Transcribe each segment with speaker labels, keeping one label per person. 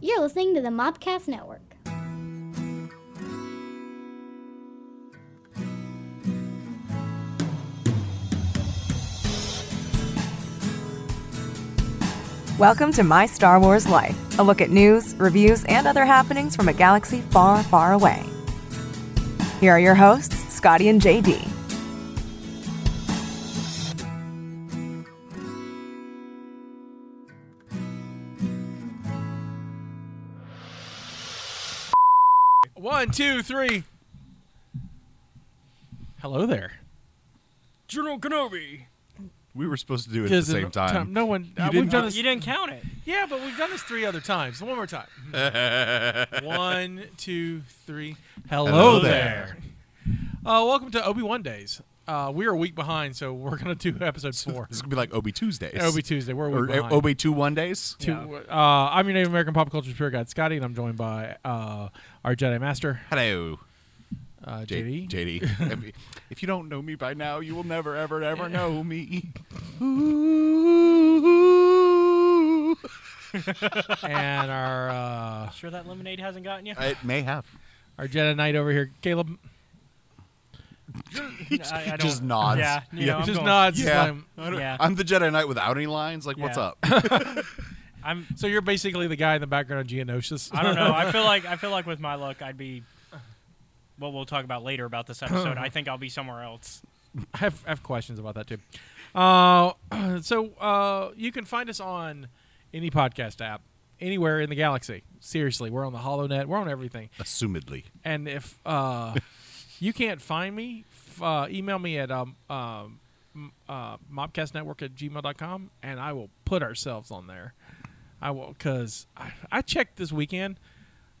Speaker 1: You're listening to the Mobcast Network.
Speaker 2: Welcome to My Star Wars Life, a look at news, reviews, and other happenings from a galaxy far, far away. Here are your hosts, Scotty and JD.
Speaker 3: One, two, three. Hello there. General Kenobi.
Speaker 4: We were supposed to do it at the same time.
Speaker 3: No one.
Speaker 4: You
Speaker 3: uh,
Speaker 4: didn't
Speaker 3: we've done this.
Speaker 5: You didn't count it.
Speaker 3: Yeah, but we've done this three other times. One more time. one, two, three. Hello,
Speaker 4: Hello
Speaker 3: there. Uh, welcome to Obi Wan Days. Uh, we are a week behind, so we're gonna do episode four.
Speaker 4: This is gonna be like Obi Tuesdays.
Speaker 3: Obi Tuesday. We're a
Speaker 4: or uh,
Speaker 3: week behind.
Speaker 4: Obi Two One Days.
Speaker 3: Two- uh, I'm your Native American pop culture spirit guide, Scotty, and I'm joined by uh, our Jedi Master,
Speaker 4: Hello,
Speaker 3: uh,
Speaker 4: J-
Speaker 3: JD.
Speaker 4: JD. if, if you don't know me by now, you will never, ever, ever know me. Ooh.
Speaker 3: and our uh,
Speaker 5: Sure that lemonade hasn't gotten you?
Speaker 4: It may have.
Speaker 3: our Jedi Knight over here, Caleb.
Speaker 5: I, I don't-
Speaker 4: just nods.
Speaker 5: Yeah, you
Speaker 4: Yeah.
Speaker 5: know,
Speaker 4: He
Speaker 5: I'm
Speaker 3: just
Speaker 5: going-
Speaker 3: nods. It's
Speaker 4: Yeah.
Speaker 3: like-
Speaker 4: I don't-
Speaker 5: Yeah.
Speaker 4: I'm the Jedi Knight without any lines. Like, what's
Speaker 5: Yeah.
Speaker 4: up?
Speaker 5: I'm.
Speaker 3: So you're basically the guy in the background of Geonosis.
Speaker 5: I don't know. I feel like I feel like with my luck, I'd be. What we'll talk about later about this episode. I think I'll be somewhere else.
Speaker 3: I have, I have questions about that too. Uh, so uh, you can find us on any podcast app anywhere in the galaxy. Seriously, we're on the HoloNet. We're on everything.
Speaker 4: Assumedly.
Speaker 3: And if uh, you can't find me, f- uh, email me at um, um, m- uh, mobcastnetwork at gmail.com and I will put ourselves on there. I will, because I, I checked this weekend.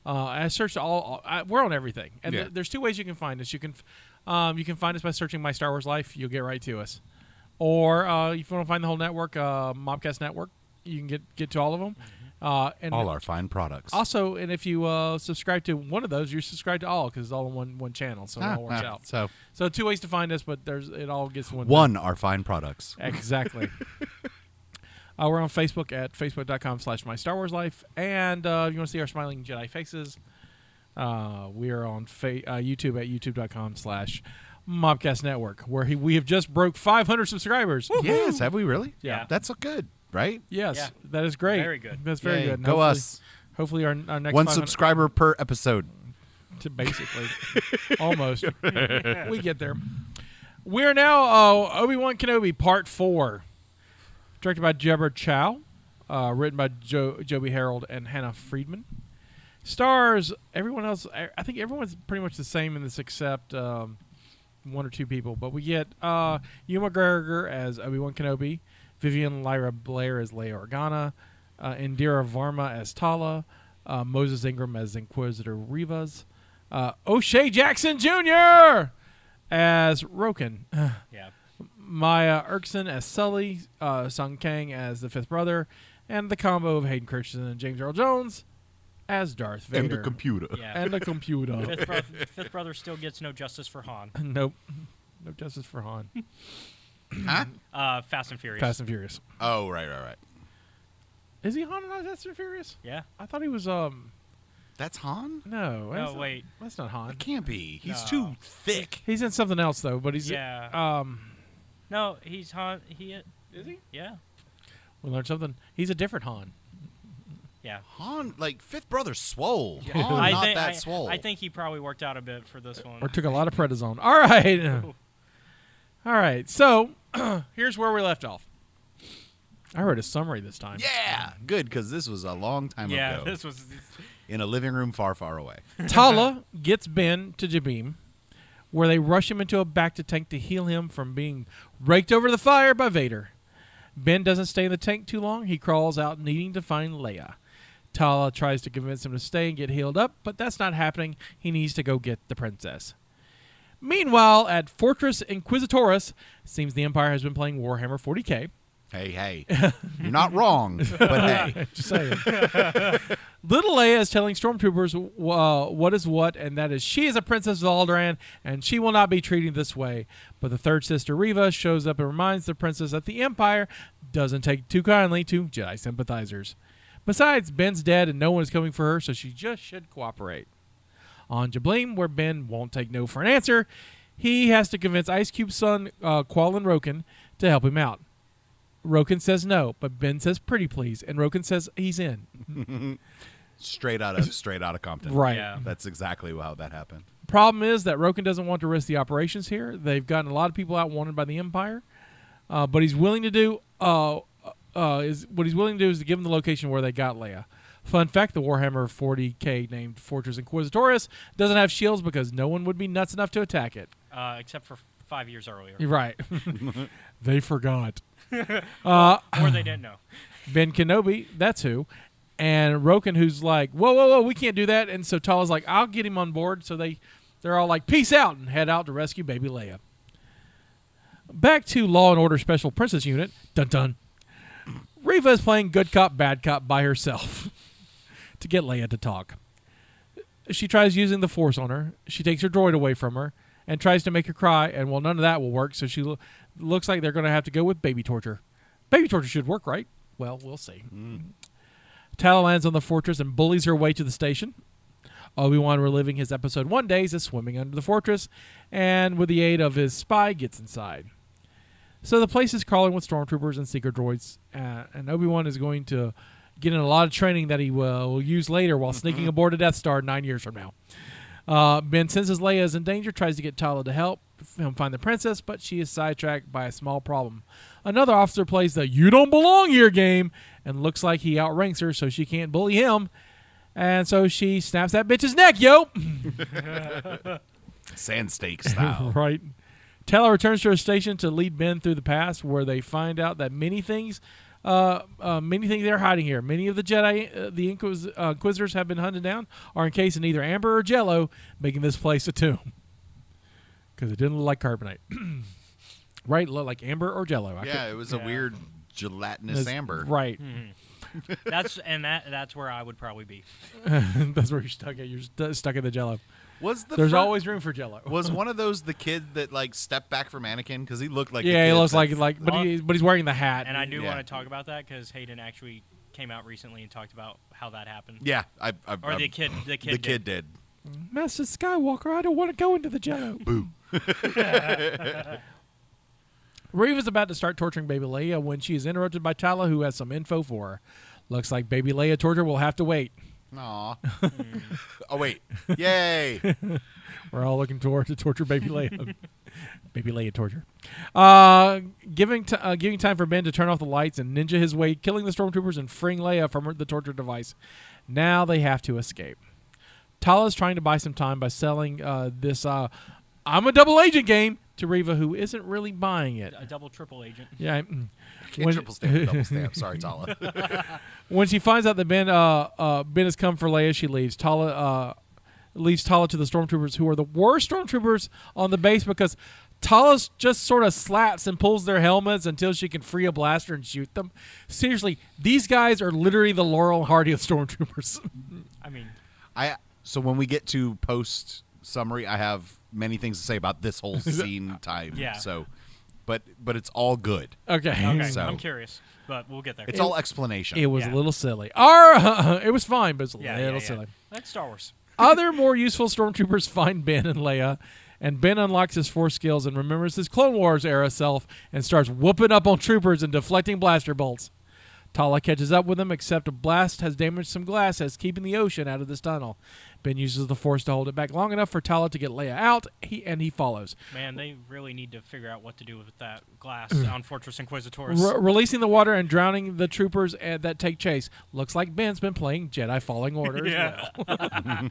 Speaker 3: Uh, I searched all. all- I, we're on everything, and
Speaker 4: Yeah.
Speaker 3: th- there's two ways you can find us. You can, f- um, you can find us by searching "My Star Wars Life." You'll get right to us. Or uh, if you want to find the whole network, uh, Mobcast Network, you can get get to all of them. Uh, and
Speaker 4: Mm-hmm. All our fine products.
Speaker 3: also, and if you uh, subscribe to one of those, you're subscribed to all because it's all in one one channel, so it all works out. So,
Speaker 4: Ah, So
Speaker 3: two ways to find us, but there's it all gets one.
Speaker 4: one are fine products.
Speaker 3: exactly. uh, we're on Facebook at facebook.com/slash My Star Wars Life, and uh, if you want to see our smiling Jedi faces. Uh, we are on fa- uh, YouTube at youtube.com/slash Mobcast Network, where he, we have just broke 500 subscribers.
Speaker 4: Yes, have we really?
Speaker 3: Yeah.
Speaker 4: That's so good, right?
Speaker 3: Yes,
Speaker 5: Yeah.
Speaker 3: that is great.
Speaker 5: Very good.
Speaker 3: That's very
Speaker 4: Yay.
Speaker 3: good. And
Speaker 4: Go
Speaker 3: hopefully-
Speaker 4: us.
Speaker 3: Hopefully, our, our next
Speaker 4: One
Speaker 3: 500
Speaker 4: subscriber per episode.
Speaker 3: to basically almost we get there we're now uh, obi-wan kenobi part four directed by Jebber chow uh, written by jo- joby harold and hannah friedman stars everyone else I I think everyone's pretty much the same in this except um, one or two people but we get uh, Ewan McGregor as Obi-Wan Kenobi Vivian Lyra Blair as Leia Organa uh, Indira Varma as Tala uh, Moses Ingram as Inquisitor Rivas uh, O'Shea Jackson Jr. as Roken
Speaker 5: Yeah.
Speaker 3: Maya Erkson as Sully, uh, Sung Kang as the fifth brother, and the combo of Hayden Christensen and James Earl Jones as Darth Vader.
Speaker 4: And the computer.
Speaker 5: Yeah.
Speaker 3: And the computer.
Speaker 5: Fifth, bro- fifth brother still gets no justice for Han.
Speaker 3: nope. No justice for Han.
Speaker 4: Huh?
Speaker 5: Uh, Fast and Furious.
Speaker 3: Fast and Furious.
Speaker 4: Oh, right, right, right.
Speaker 3: Is he Han in Fast and Furious?
Speaker 5: yeah.
Speaker 3: I thought he was, um,
Speaker 4: That's Han?
Speaker 3: no. that's
Speaker 5: No, wait.
Speaker 3: Not, that's not Han.
Speaker 4: It can't be. He's
Speaker 5: No.
Speaker 4: too thick.
Speaker 3: He's in something else, though, but he's,
Speaker 5: Yeah.
Speaker 3: um,
Speaker 5: No, he's Han. He.
Speaker 3: is he?
Speaker 5: Yeah.
Speaker 3: We learned something. He's a different Han.
Speaker 5: Yeah.
Speaker 4: Han, like fifth brother, swole. Han,
Speaker 5: I
Speaker 4: not
Speaker 5: think
Speaker 4: that
Speaker 5: I,
Speaker 4: swole.
Speaker 5: I think he probably worked out a bit for this one.
Speaker 3: or took a lot of prednisone. All right, all right. So here's where we left off. I wrote a summary this time.
Speaker 4: Yeah, good because this was a long time
Speaker 5: yeah.
Speaker 4: ago
Speaker 5: This was.
Speaker 4: in a living room far, far away.
Speaker 3: Tala gets Ben to Jabim, where they rush him into a back to tank to heal him from being raked over the fire by Vader. Ben doesn't stay in the tank too long. He crawls out, needing to find Leia. Tala tries to convince him to stay and get healed up, but that's not happening. He needs to go get the princess. Meanwhile, at Fortress Inquisitoris, seems the Empire has been playing Warhammer 40k.
Speaker 4: Hey, hey, you're not wrong, but hey,
Speaker 3: Just saying. Little Leia is telling stormtroopers uh, what is what, and that is she is a princess of Alderaan, and she will not be treated this way. But the third sister Reva shows up and reminds the princess that the Empire doesn't take too kindly to Jedi sympathizers. Besides, Ben's dead and no one is coming for her, so she just should cooperate. On Jablim, where Ben won't take no for an answer, he has to convince Ice Cube's son, uh, Qualin Roken, to help him out. Roken says no, but Ben says pretty please, and Roken says he's in.
Speaker 4: Straight out of straight out of Compton.
Speaker 3: Right.
Speaker 5: Yeah.
Speaker 4: That's exactly how that happened.
Speaker 3: Problem is that Roken doesn't want to risk the operations here. They've gotten a lot of people out wanted by the Empire, uh, but he's willing to do uh, uh, is what he's willing to do is to give them the location where they got Leia. Fun fact: the Warhammer 40k named Fortress Inquisitoris doesn't have shields because no one would be nuts enough to attack it.
Speaker 5: uh, except for five years earlier,
Speaker 3: You're right. they forgot.
Speaker 5: or they didn't know.
Speaker 3: Ben Kenobi, that's who. And Roken, who's like, whoa, whoa, whoa, we can't do that. And so Tala's like, I'll get him on board. So they, they're all like, peace out, and head out to rescue baby Leia. Back to Law and Order Special Princess Unit. Dun dun. Reva is playing good cop, bad cop by herself to get Leia to talk. She tries using the Force on her. She takes her droid away from her and tries to make her cry. And well, none of that will work. So she lo- looks like they're going to have to go with baby torture. Baby torture should work, right? Well, we'll see. Tala lands on the fortress and bullies her way to the station. Obi Wan reliving his episode one days is swimming under the fortress, and with the aid of his spy, gets inside. So the place is crawling with stormtroopers and seeker droids, uh, and Obi Wan is going to get in a lot of training that he will use later while sneaking aboard a Death Star nine years from now. Uh, ben senses Leia is in danger, tries to get Tala to help him find the princess, but she is sidetracked by a small problem. Another officer plays the "You don't belong here" game and looks like he outranks her, so she can't bully him. And so she snaps that bitch's neck, yo.
Speaker 4: Sand steak
Speaker 5: Oh.
Speaker 4: style.
Speaker 3: Right. Tala returns to her station to lead Ben through the pass, where they find out that many things, uh, uh, many things they're hiding here. Many of the Jedi, uh, the Inquis- uh, Inquisitors have been hunted down, are encased in either amber or jello, making this place a tomb. Because it didn't look like carbonate, right? It looked like amber or jello. I
Speaker 4: yeah, it was a
Speaker 5: Yeah.
Speaker 4: weird gelatinous
Speaker 3: couldn't-
Speaker 4: amber.
Speaker 3: Right.
Speaker 5: That's and that that's where I would probably be. Hmm.
Speaker 3: That's where you're stuck at. You're stu stuck in the jello.
Speaker 4: Was the
Speaker 3: There's
Speaker 4: fir-
Speaker 3: always room for jello.
Speaker 4: was one of those the kid that like stepped back from Anakin because he looked like the
Speaker 3: yeah, he
Speaker 4: kid
Speaker 3: looks
Speaker 4: that-
Speaker 3: like like, but he, but he's wearing the hat.
Speaker 5: And I do
Speaker 4: Yeah.
Speaker 5: want to talk about that because Hayden actually came out recently and talked about how that happened.
Speaker 4: yeah I, I,
Speaker 5: Or
Speaker 4: I-
Speaker 5: the kid, the kid,
Speaker 4: the
Speaker 5: did.
Speaker 4: kid did
Speaker 3: Master Skywalker, I don't want to go into the jello. Boo. Reeve is about to start torturing Baby Leia when she is interrupted by Tala, who has some info for her. Looks like Baby Leia torture will have to wait.
Speaker 4: Aw. oh wait yay
Speaker 3: We're all looking toward to torture Baby Leia. Baby Leia torture. Uh, giving t- uh, giving time for Ben to turn off the lights and ninja his way, killing the stormtroopers and freeing Leia from her- the torture device. Now they have to escape. Tala's trying to buy some time by selling uh, this uh, "I'm a double agent" game to Reva, who isn't really buying it.
Speaker 5: a double triple agent.
Speaker 3: Yeah. I- mm.
Speaker 4: Kid
Speaker 3: When-
Speaker 4: triple stamp double stamp sorry Tala
Speaker 3: when she finds out that Ben uh, uh, Ben has come for Leia, she leaves. Tala uh, leaves Tala to the stormtroopers, who are the worst stormtroopers on the base because Tala just sort of slaps and pulls their helmets until she can free a blaster and shoot them. Seriously, these guys are literally the Laurel and Hardy of stormtroopers.
Speaker 5: I mean,
Speaker 4: I so when we get to post summary I have many things to say about this whole scene time
Speaker 5: Yeah.
Speaker 4: so but but it's all good
Speaker 3: okay.
Speaker 5: okay,
Speaker 4: So-
Speaker 5: I'm curious, but we'll get there.
Speaker 4: it's all explanation
Speaker 3: It was
Speaker 5: Yeah.
Speaker 3: a little silly. Or, it was fine, but it was a
Speaker 5: yeah, yeah,
Speaker 3: little
Speaker 5: yeah.
Speaker 3: silly.
Speaker 5: That's Star Wars.
Speaker 3: Other more useful stormtroopers find Ben and Leia, and Ben unlocks his force skills and remembers his Clone Wars era self and starts whooping up on troopers and deflecting blaster bolts. Tala catches up with him, except a blast has damaged some glass that's keeping the ocean out of this tunnel. Ben uses the force to hold it back long enough for Tala to get Leia out, he, and he follows.
Speaker 5: Man, they really need to figure out what to do with that glass
Speaker 4: Mm.
Speaker 5: on Fortress Inquisitors.
Speaker 3: Re- releasing the water and drowning the troopers uh, that take chase. Looks like Ben's been playing Jedi Falling Order as well.
Speaker 5: yeah,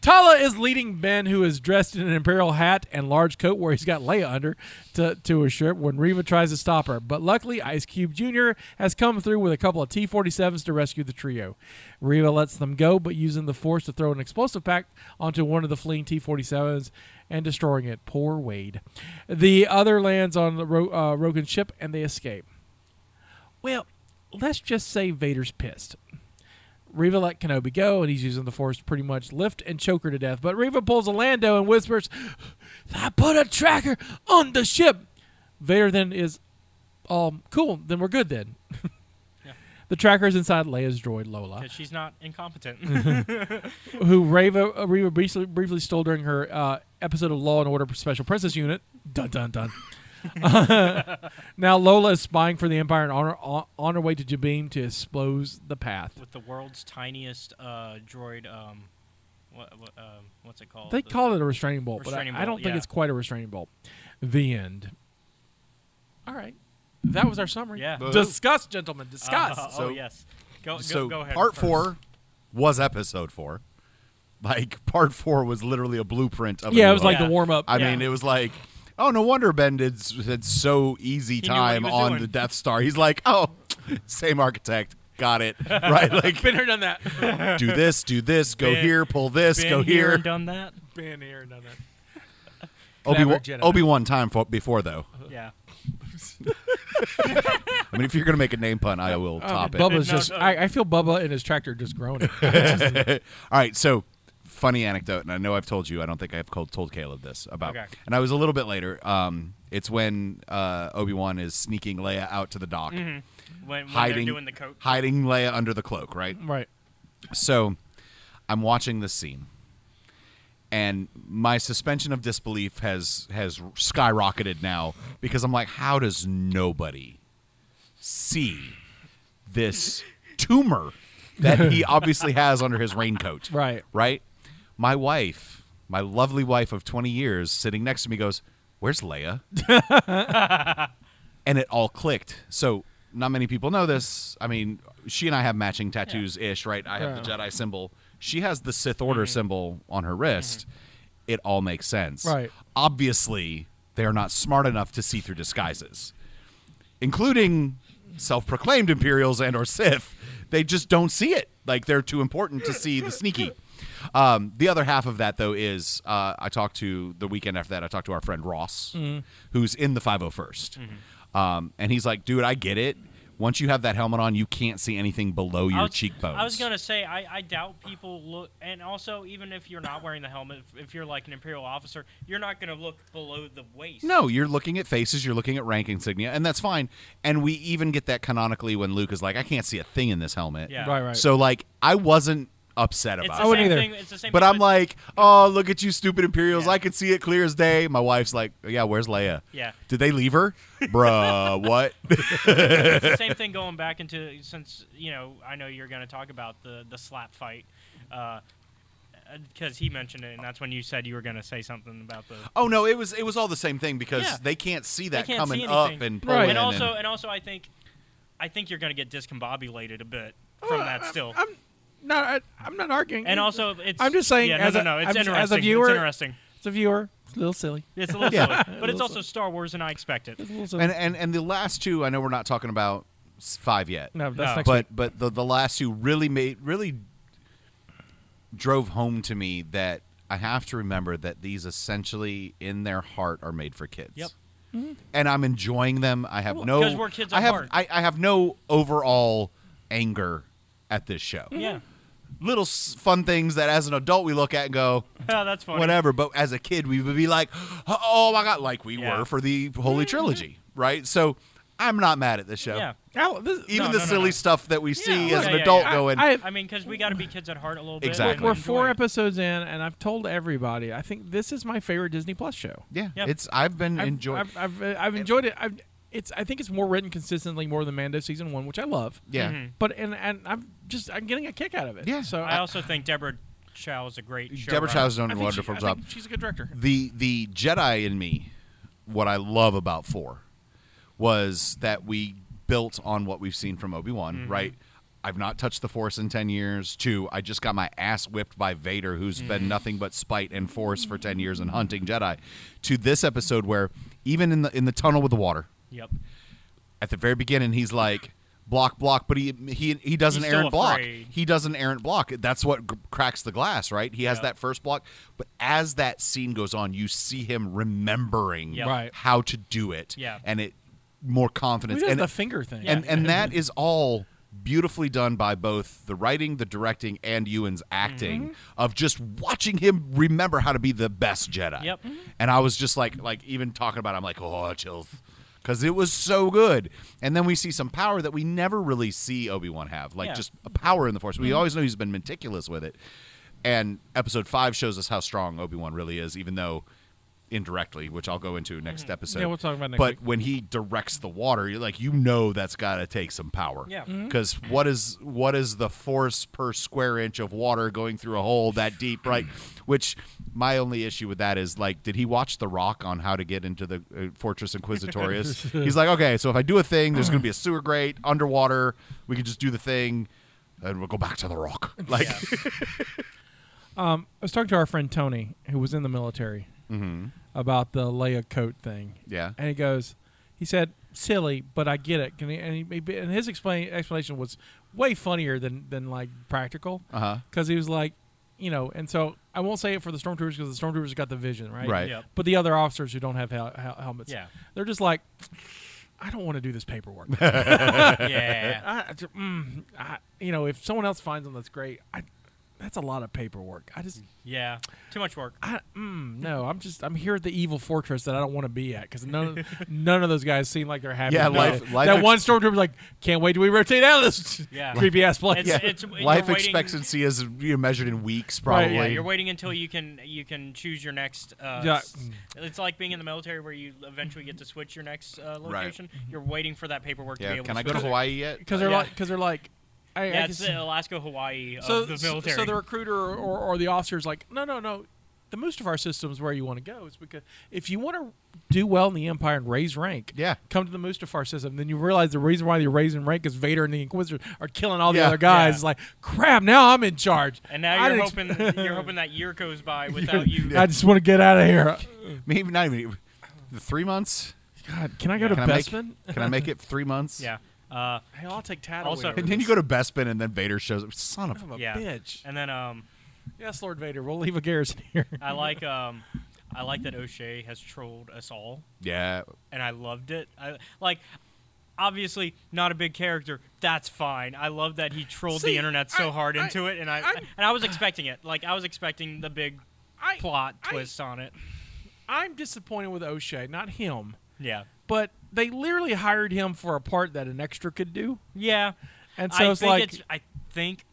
Speaker 3: Tala is leading Ben, who is dressed in an imperial hat and large coat where he's got Leia under, to, to his shirt when Reva tries to stop her. But luckily, Ice Cube Jr. has come through with a couple of T 47s to rescue the trio. Reva lets them go, but using the force to throw an explosive pack onto one of the fleeing T 47s and destroying it. Poor Wade. The other lands on the Ro- uh, Rogan's ship and they escape. Well, let's just say Vader's pissed. Reva let Kenobi go, and he's using the Force to pretty much lift and choke her to death. But Reva pulls a Lando and whispers, I put a tracker on the ship. Vader then is, um, cool, then we're good then. The tracker's inside Leia's droid Lola,
Speaker 5: because she's not incompetent.
Speaker 4: Mm.
Speaker 3: who Reva, uh, Reva briefly, briefly stole during her uh, episode of Law and Order Special Princess Unit. Dun dun dun. now Lola is spying for the Empire and on her, on, on her way to Jabim to expose the path.
Speaker 5: with the world's tiniest uh, droid. Um, what, what, um, what's it called?
Speaker 3: They
Speaker 5: The-
Speaker 3: call it a restraining bolt,
Speaker 5: Restraining
Speaker 3: but I, I
Speaker 5: bolt,
Speaker 3: don't think
Speaker 5: yeah.
Speaker 3: it's quite a restraining bolt. The end. All right. That was our summary.
Speaker 5: Yeah. Boo.
Speaker 3: Discuss, gentlemen.
Speaker 5: Uh,
Speaker 3: Discuss.
Speaker 5: oh
Speaker 4: So-
Speaker 5: yes. Go, go,
Speaker 4: so
Speaker 5: go ahead.
Speaker 4: part
Speaker 5: first.
Speaker 4: four was episode four. Like part four was literally a blueprint of. a
Speaker 3: yeah,
Speaker 4: new
Speaker 3: it was like
Speaker 5: Yeah.
Speaker 3: the warm up.
Speaker 4: I
Speaker 5: Yeah.
Speaker 4: mean, it was like, oh, no wonder Ben did s- had so easy
Speaker 5: knew what he
Speaker 4: time
Speaker 5: was
Speaker 4: on
Speaker 5: doing.
Speaker 4: the Death Star. He's like, oh, same architect, got it, right? Like,
Speaker 3: Been here, done that.
Speaker 4: do this, do this, go
Speaker 5: Been-
Speaker 4: here, pull this,
Speaker 5: Been
Speaker 4: go
Speaker 5: here
Speaker 4: here.
Speaker 5: and done that.
Speaker 3: Been here, done that.
Speaker 4: Obi
Speaker 3: Clever
Speaker 4: Wan,
Speaker 3: Jedi.
Speaker 4: Obi Wan time for, before though.
Speaker 5: Yeah.
Speaker 4: I mean, if you're gonna make a name pun,
Speaker 5: Oh.
Speaker 4: I will top it.
Speaker 3: Bubba's
Speaker 5: No,
Speaker 3: just.
Speaker 5: no.
Speaker 3: I, I feel Bubba in his tractor just groaning.
Speaker 4: All right, so funny anecdote, and I know I've told you. I don't think I've told, told Caleb this about.
Speaker 5: Okay.
Speaker 4: And I was a little bit later. Um, it's when uh, Obi Wan is sneaking Leia out to the dock,
Speaker 5: Mm-hmm. When, when
Speaker 4: hiding
Speaker 5: they're doing the coat.
Speaker 4: hiding Leia under the cloak, right?
Speaker 3: right.
Speaker 4: So I'm watching this scene and my suspension of disbelief has has skyrocketed now because I'm like how does nobody see this tumor that he obviously has under his raincoat?
Speaker 3: Right.
Speaker 4: Right? My wife, my lovely wife of 20 years sitting next to me goes, "Where's Leia?" and it all clicked. So not many people know this. I mean, she and I have matching tattoos ish, right? I have the
Speaker 3: Yeah. Mm-hmm.
Speaker 4: Jedi symbol. She has the Sith Order symbol on her wrist. It all makes sense.
Speaker 3: Right.
Speaker 4: Obviously, they are not smart enough to see through disguises, including self-proclaimed Imperials and or Sith. They just don't see it. Like they're too important to see the sneaky. Um, the other half of that, though, is uh, I talked to the weekend after that. I talked to our friend Ross,
Speaker 5: Mm-hmm.
Speaker 4: who's in the 501st, um, and he's like, "Dude, I get it. Once you have that helmet on, you can't see anything below your
Speaker 5: I was,
Speaker 4: cheekbones."
Speaker 5: I was gonna say I, I doubt people look, and also even if you're not wearing the helmet, if, if you're like an imperial officer, you're not gonna look below the waist.
Speaker 4: No, you're looking at faces, you're looking at rank insignia, and that's fine. And we even get that canonically when Luke is like, "I can't see a thing in this helmet."
Speaker 5: Yeah.
Speaker 3: Right. Right.
Speaker 4: So like, I wasn't upset
Speaker 5: It's
Speaker 4: about
Speaker 5: the
Speaker 4: it.
Speaker 3: wouldn't
Speaker 5: same
Speaker 3: either.
Speaker 5: thing. It's the same.
Speaker 4: But
Speaker 5: thing
Speaker 4: I'm
Speaker 5: with-
Speaker 4: like, oh, look at you, stupid Imperials!
Speaker 5: Yeah.
Speaker 4: I can see it clear as day. My wife's like, yeah, where's Leia?
Speaker 5: Yeah.
Speaker 4: did they leave her? Bruh, what?
Speaker 5: it's the same thing going back into since you know I know you're gonna talk about the the slap fight. Uh, because he mentioned it, and that's when you said you were going to say something about the
Speaker 4: oh no, it was it was all the same thing because
Speaker 5: Yeah.
Speaker 4: they can't see that
Speaker 5: can't
Speaker 4: coming
Speaker 5: see
Speaker 4: up
Speaker 5: anything.
Speaker 4: and pulling
Speaker 3: Right.
Speaker 5: and,
Speaker 4: in
Speaker 5: also and also I think I think you're going to get discombobulated a bit from that still.
Speaker 3: I'm not. I, I'm not arguing.
Speaker 5: and also it's
Speaker 3: I'm just saying
Speaker 5: yeah,
Speaker 3: as
Speaker 5: no,
Speaker 3: a-
Speaker 5: no, no, it's
Speaker 3: I'm just-
Speaker 5: interesting.
Speaker 3: as a viewer-
Speaker 5: it's interesting.
Speaker 3: it's a viewer. It's a little silly.
Speaker 5: It's a little
Speaker 4: Yeah.
Speaker 5: silly, but it's also Star Wars, and I expect it.
Speaker 3: It's a little silly.
Speaker 4: and and and the last two, I know we're not talking about s- five yet.
Speaker 3: no, that's
Speaker 5: No.
Speaker 3: next
Speaker 4: but but the the last two really made really drove home to me that I have to remember that these essentially in their heart are made for kids.
Speaker 5: Yep.
Speaker 4: And I'm enjoying them. I have
Speaker 5: Well,
Speaker 4: no
Speaker 5: 'cause we're kids
Speaker 4: I
Speaker 5: at
Speaker 4: have
Speaker 5: heart.
Speaker 4: I, I have no overall anger at this show.
Speaker 5: Yeah,
Speaker 4: Little s- fun things that as an adult we look at and go
Speaker 5: oh, that's funny.
Speaker 4: whatever, but as a kid we would be like, "Oh my god," like we
Speaker 5: Yeah. Mm-hmm.
Speaker 4: were for the Holy Trilogy, right? So I'm not mad at this show.
Speaker 5: Yeah,
Speaker 3: Al, Oh, this,
Speaker 4: Even
Speaker 5: No, no,
Speaker 4: the
Speaker 5: no,
Speaker 4: silly
Speaker 5: no.
Speaker 4: stuff that we see
Speaker 5: Yeah,
Speaker 4: as an
Speaker 5: yeah,
Speaker 4: adult
Speaker 5: yeah.
Speaker 4: going,
Speaker 3: I,
Speaker 5: I mean, because we got to be kids at heart a little bit.
Speaker 4: Exactly.
Speaker 5: and
Speaker 3: we're
Speaker 5: enjoy
Speaker 3: four
Speaker 5: it.
Speaker 3: episodes in, and I've told everybody. I think this is my favorite Disney Plus show.
Speaker 4: Yeah,
Speaker 5: Yep.
Speaker 4: it's. I've been
Speaker 3: I've,
Speaker 4: enjoying.
Speaker 3: I've, I've, uh, I've enjoyed it. I've, it's. I think it's more written consistently more than Mando season one, which I love.
Speaker 4: yeah,
Speaker 3: But and and I'm just I'm getting a kick out of it.
Speaker 4: Yeah.
Speaker 3: So
Speaker 5: I also think Deborah Chow is a great.
Speaker 4: Deborah
Speaker 5: showrunner.
Speaker 4: Chow's
Speaker 3: I
Speaker 4: done a
Speaker 3: think she-
Speaker 4: wonderful
Speaker 3: I
Speaker 4: job.
Speaker 3: think she's a good director.
Speaker 4: The the Jedi in me, what I love about four, was that we built on what we've seen from Obi Wan. Right. I've not touched the Force in ten years. Two, I just got my ass whipped by Vader, who's been nothing but spite and force for ten years and hunting Jedi. To this episode, where even in the in the tunnel with the water,
Speaker 5: Yep.
Speaker 4: at the very beginning he's like block block but he he he does an
Speaker 5: He's still
Speaker 4: errant block
Speaker 5: afraid.
Speaker 4: he does an errant block that's what g- cracks the glass right he has
Speaker 5: Yeah.
Speaker 4: that first block but as that scene goes on you see him remembering
Speaker 5: Yeah.
Speaker 3: Right.
Speaker 4: how to do it
Speaker 5: Yeah.
Speaker 4: and it more
Speaker 3: Who
Speaker 4: confidence
Speaker 3: does
Speaker 4: and
Speaker 3: the finger thing?
Speaker 4: and and that is all beautifully done by both the writing the directing and ewan's acting
Speaker 5: Mm-hmm.
Speaker 4: of just watching him remember how to be the best jedi
Speaker 5: Yep.
Speaker 3: Mm-hmm.
Speaker 4: and i was just like like even talking about it, i'm like oh chills because it was so good. And then we see some power that we never really see Obi Wan have, like
Speaker 5: Yeah. Mm-hmm.
Speaker 4: just a power in the Force. We always know he's been meticulous with it. And Episode Five shows us how strong Obi Wan really is, even though indirectly, which I'll go into
Speaker 5: Mm-hmm.
Speaker 4: next episode.
Speaker 3: Yeah, we'll talk about next
Speaker 4: But
Speaker 3: week.
Speaker 4: when he directs the water, you're like, you know, that's got to take some power.
Speaker 5: Yeah.
Speaker 3: Mm-hmm.
Speaker 5: Mhm.
Speaker 4: Because is what is the force per square inch of water going through a hole that deep, right? Which my only issue with that is like, did he watch The Rock on how to get into the uh, Fortress Inquisitorius? He's like, okay, so if I do a thing, there's going to be a sewer grate underwater. We can just do the thing, and we'll go back to The Rock. Like,
Speaker 3: I was talking to our friend Tony, who was in the military, about the Leia coat thing.
Speaker 4: Mm-hmm. Yeah.
Speaker 3: and he goes, he said, "Silly, but I get it." Can he, and, he, and his explain, explanation was way funnier than than like practical.
Speaker 4: Uh-huh.
Speaker 3: Because he was like, you know, and so I won't say it for the stormtroopers because the stormtroopers got the vision, right?
Speaker 4: Right.
Speaker 5: Yep.
Speaker 3: But the other officers who don't have hel- hel- helmets,
Speaker 5: Yeah.
Speaker 3: they're just like, I don't want to do this paperwork.
Speaker 5: yeah.
Speaker 3: I, I ju- mm, I- you know, if someone else finds them, that's great. I, that's a lot of paperwork. I just
Speaker 5: Yeah. Too much work.
Speaker 3: I, mm, no, I'm just I'm here at the evil fortress that I don't want to be at because none none of those guys seem like they're happy.
Speaker 4: Yeah,
Speaker 3: about
Speaker 4: life-
Speaker 3: it.
Speaker 4: life
Speaker 3: that
Speaker 4: ex-
Speaker 3: one stormtrooper's like, can't wait till we rotate out of this
Speaker 5: Yeah.
Speaker 3: creepy ass place.
Speaker 5: It's,
Speaker 4: yeah,
Speaker 5: it's, you're
Speaker 4: life
Speaker 5: waiting-
Speaker 4: expectancy is you know, measured in weeks,
Speaker 3: Right,
Speaker 4: probably.
Speaker 3: yeah,
Speaker 5: Yeah, you're waiting until you can you can choose your next. Uh,
Speaker 3: Yeah.
Speaker 5: s- It's like being in the military where you eventually get to switch your next uh, location.
Speaker 3: Mm-hmm.
Speaker 5: You're waiting for that paperwork to be
Speaker 4: Yeah,
Speaker 5: able
Speaker 4: can
Speaker 5: to
Speaker 4: I go to
Speaker 5: switch it.
Speaker 4: Hawaii yet?
Speaker 3: because they're
Speaker 5: Yeah.
Speaker 3: like because they're like, I, I
Speaker 5: Yeah,
Speaker 3: can
Speaker 5: it's
Speaker 3: see-
Speaker 5: the Alaska Hawaii of
Speaker 3: so
Speaker 5: the
Speaker 3: so-
Speaker 5: military.
Speaker 3: so the recruiter or, or, or the officer's like, no, no, no. The Mustafar system is where you want to go. It's because if you want to do well in the Empire and raise rank,
Speaker 4: Yeah.
Speaker 3: come to the Mustafar system. Then you realize the reason why you're raising rank is Vader and the Inquisitor are killing all the
Speaker 4: Yeah.
Speaker 3: other guys.
Speaker 5: Yeah.
Speaker 3: It's like, crap, now I'm in charge.
Speaker 5: and now
Speaker 3: I
Speaker 5: you're
Speaker 3: didn't expect-
Speaker 5: hoping you're hoping that year goes by without you.
Speaker 3: I just want to get out of here.
Speaker 4: Maybe not even the three months.
Speaker 3: God, can I go to
Speaker 4: Can I, make,
Speaker 3: Bestman?
Speaker 4: can I make it three months?
Speaker 5: Yeah. Uh,
Speaker 3: Hey, I'll take Tatooine.
Speaker 5: Also-
Speaker 3: over
Speaker 4: And then you go to Bespin, and then Vader shows up. Son of
Speaker 3: this.
Speaker 4: a.
Speaker 3: Son of a
Speaker 5: yeah.
Speaker 3: bitch.
Speaker 5: And then um,
Speaker 3: Yes, Lord Vader, we'll leave a garrison here.
Speaker 5: I like um, I like that O'Shea has trolled us all,
Speaker 4: Yeah.
Speaker 5: and I loved it. I like. Obviously, not a big character. That's fine. I love that he trolled
Speaker 3: See,
Speaker 5: the internet so
Speaker 3: I-
Speaker 5: hard
Speaker 3: I-
Speaker 5: into it, and I
Speaker 3: I'm-
Speaker 5: and I was expecting it. Like I was expecting the big
Speaker 3: I-
Speaker 5: plot
Speaker 3: I-
Speaker 5: twist on it.
Speaker 3: I'm disappointed with O'Shea, not him,
Speaker 5: Yeah,
Speaker 3: but they literally hired him for a part that an extra could do,
Speaker 5: yeah.
Speaker 3: and so
Speaker 5: I
Speaker 3: it's
Speaker 5: think
Speaker 3: like,
Speaker 5: it's, I think,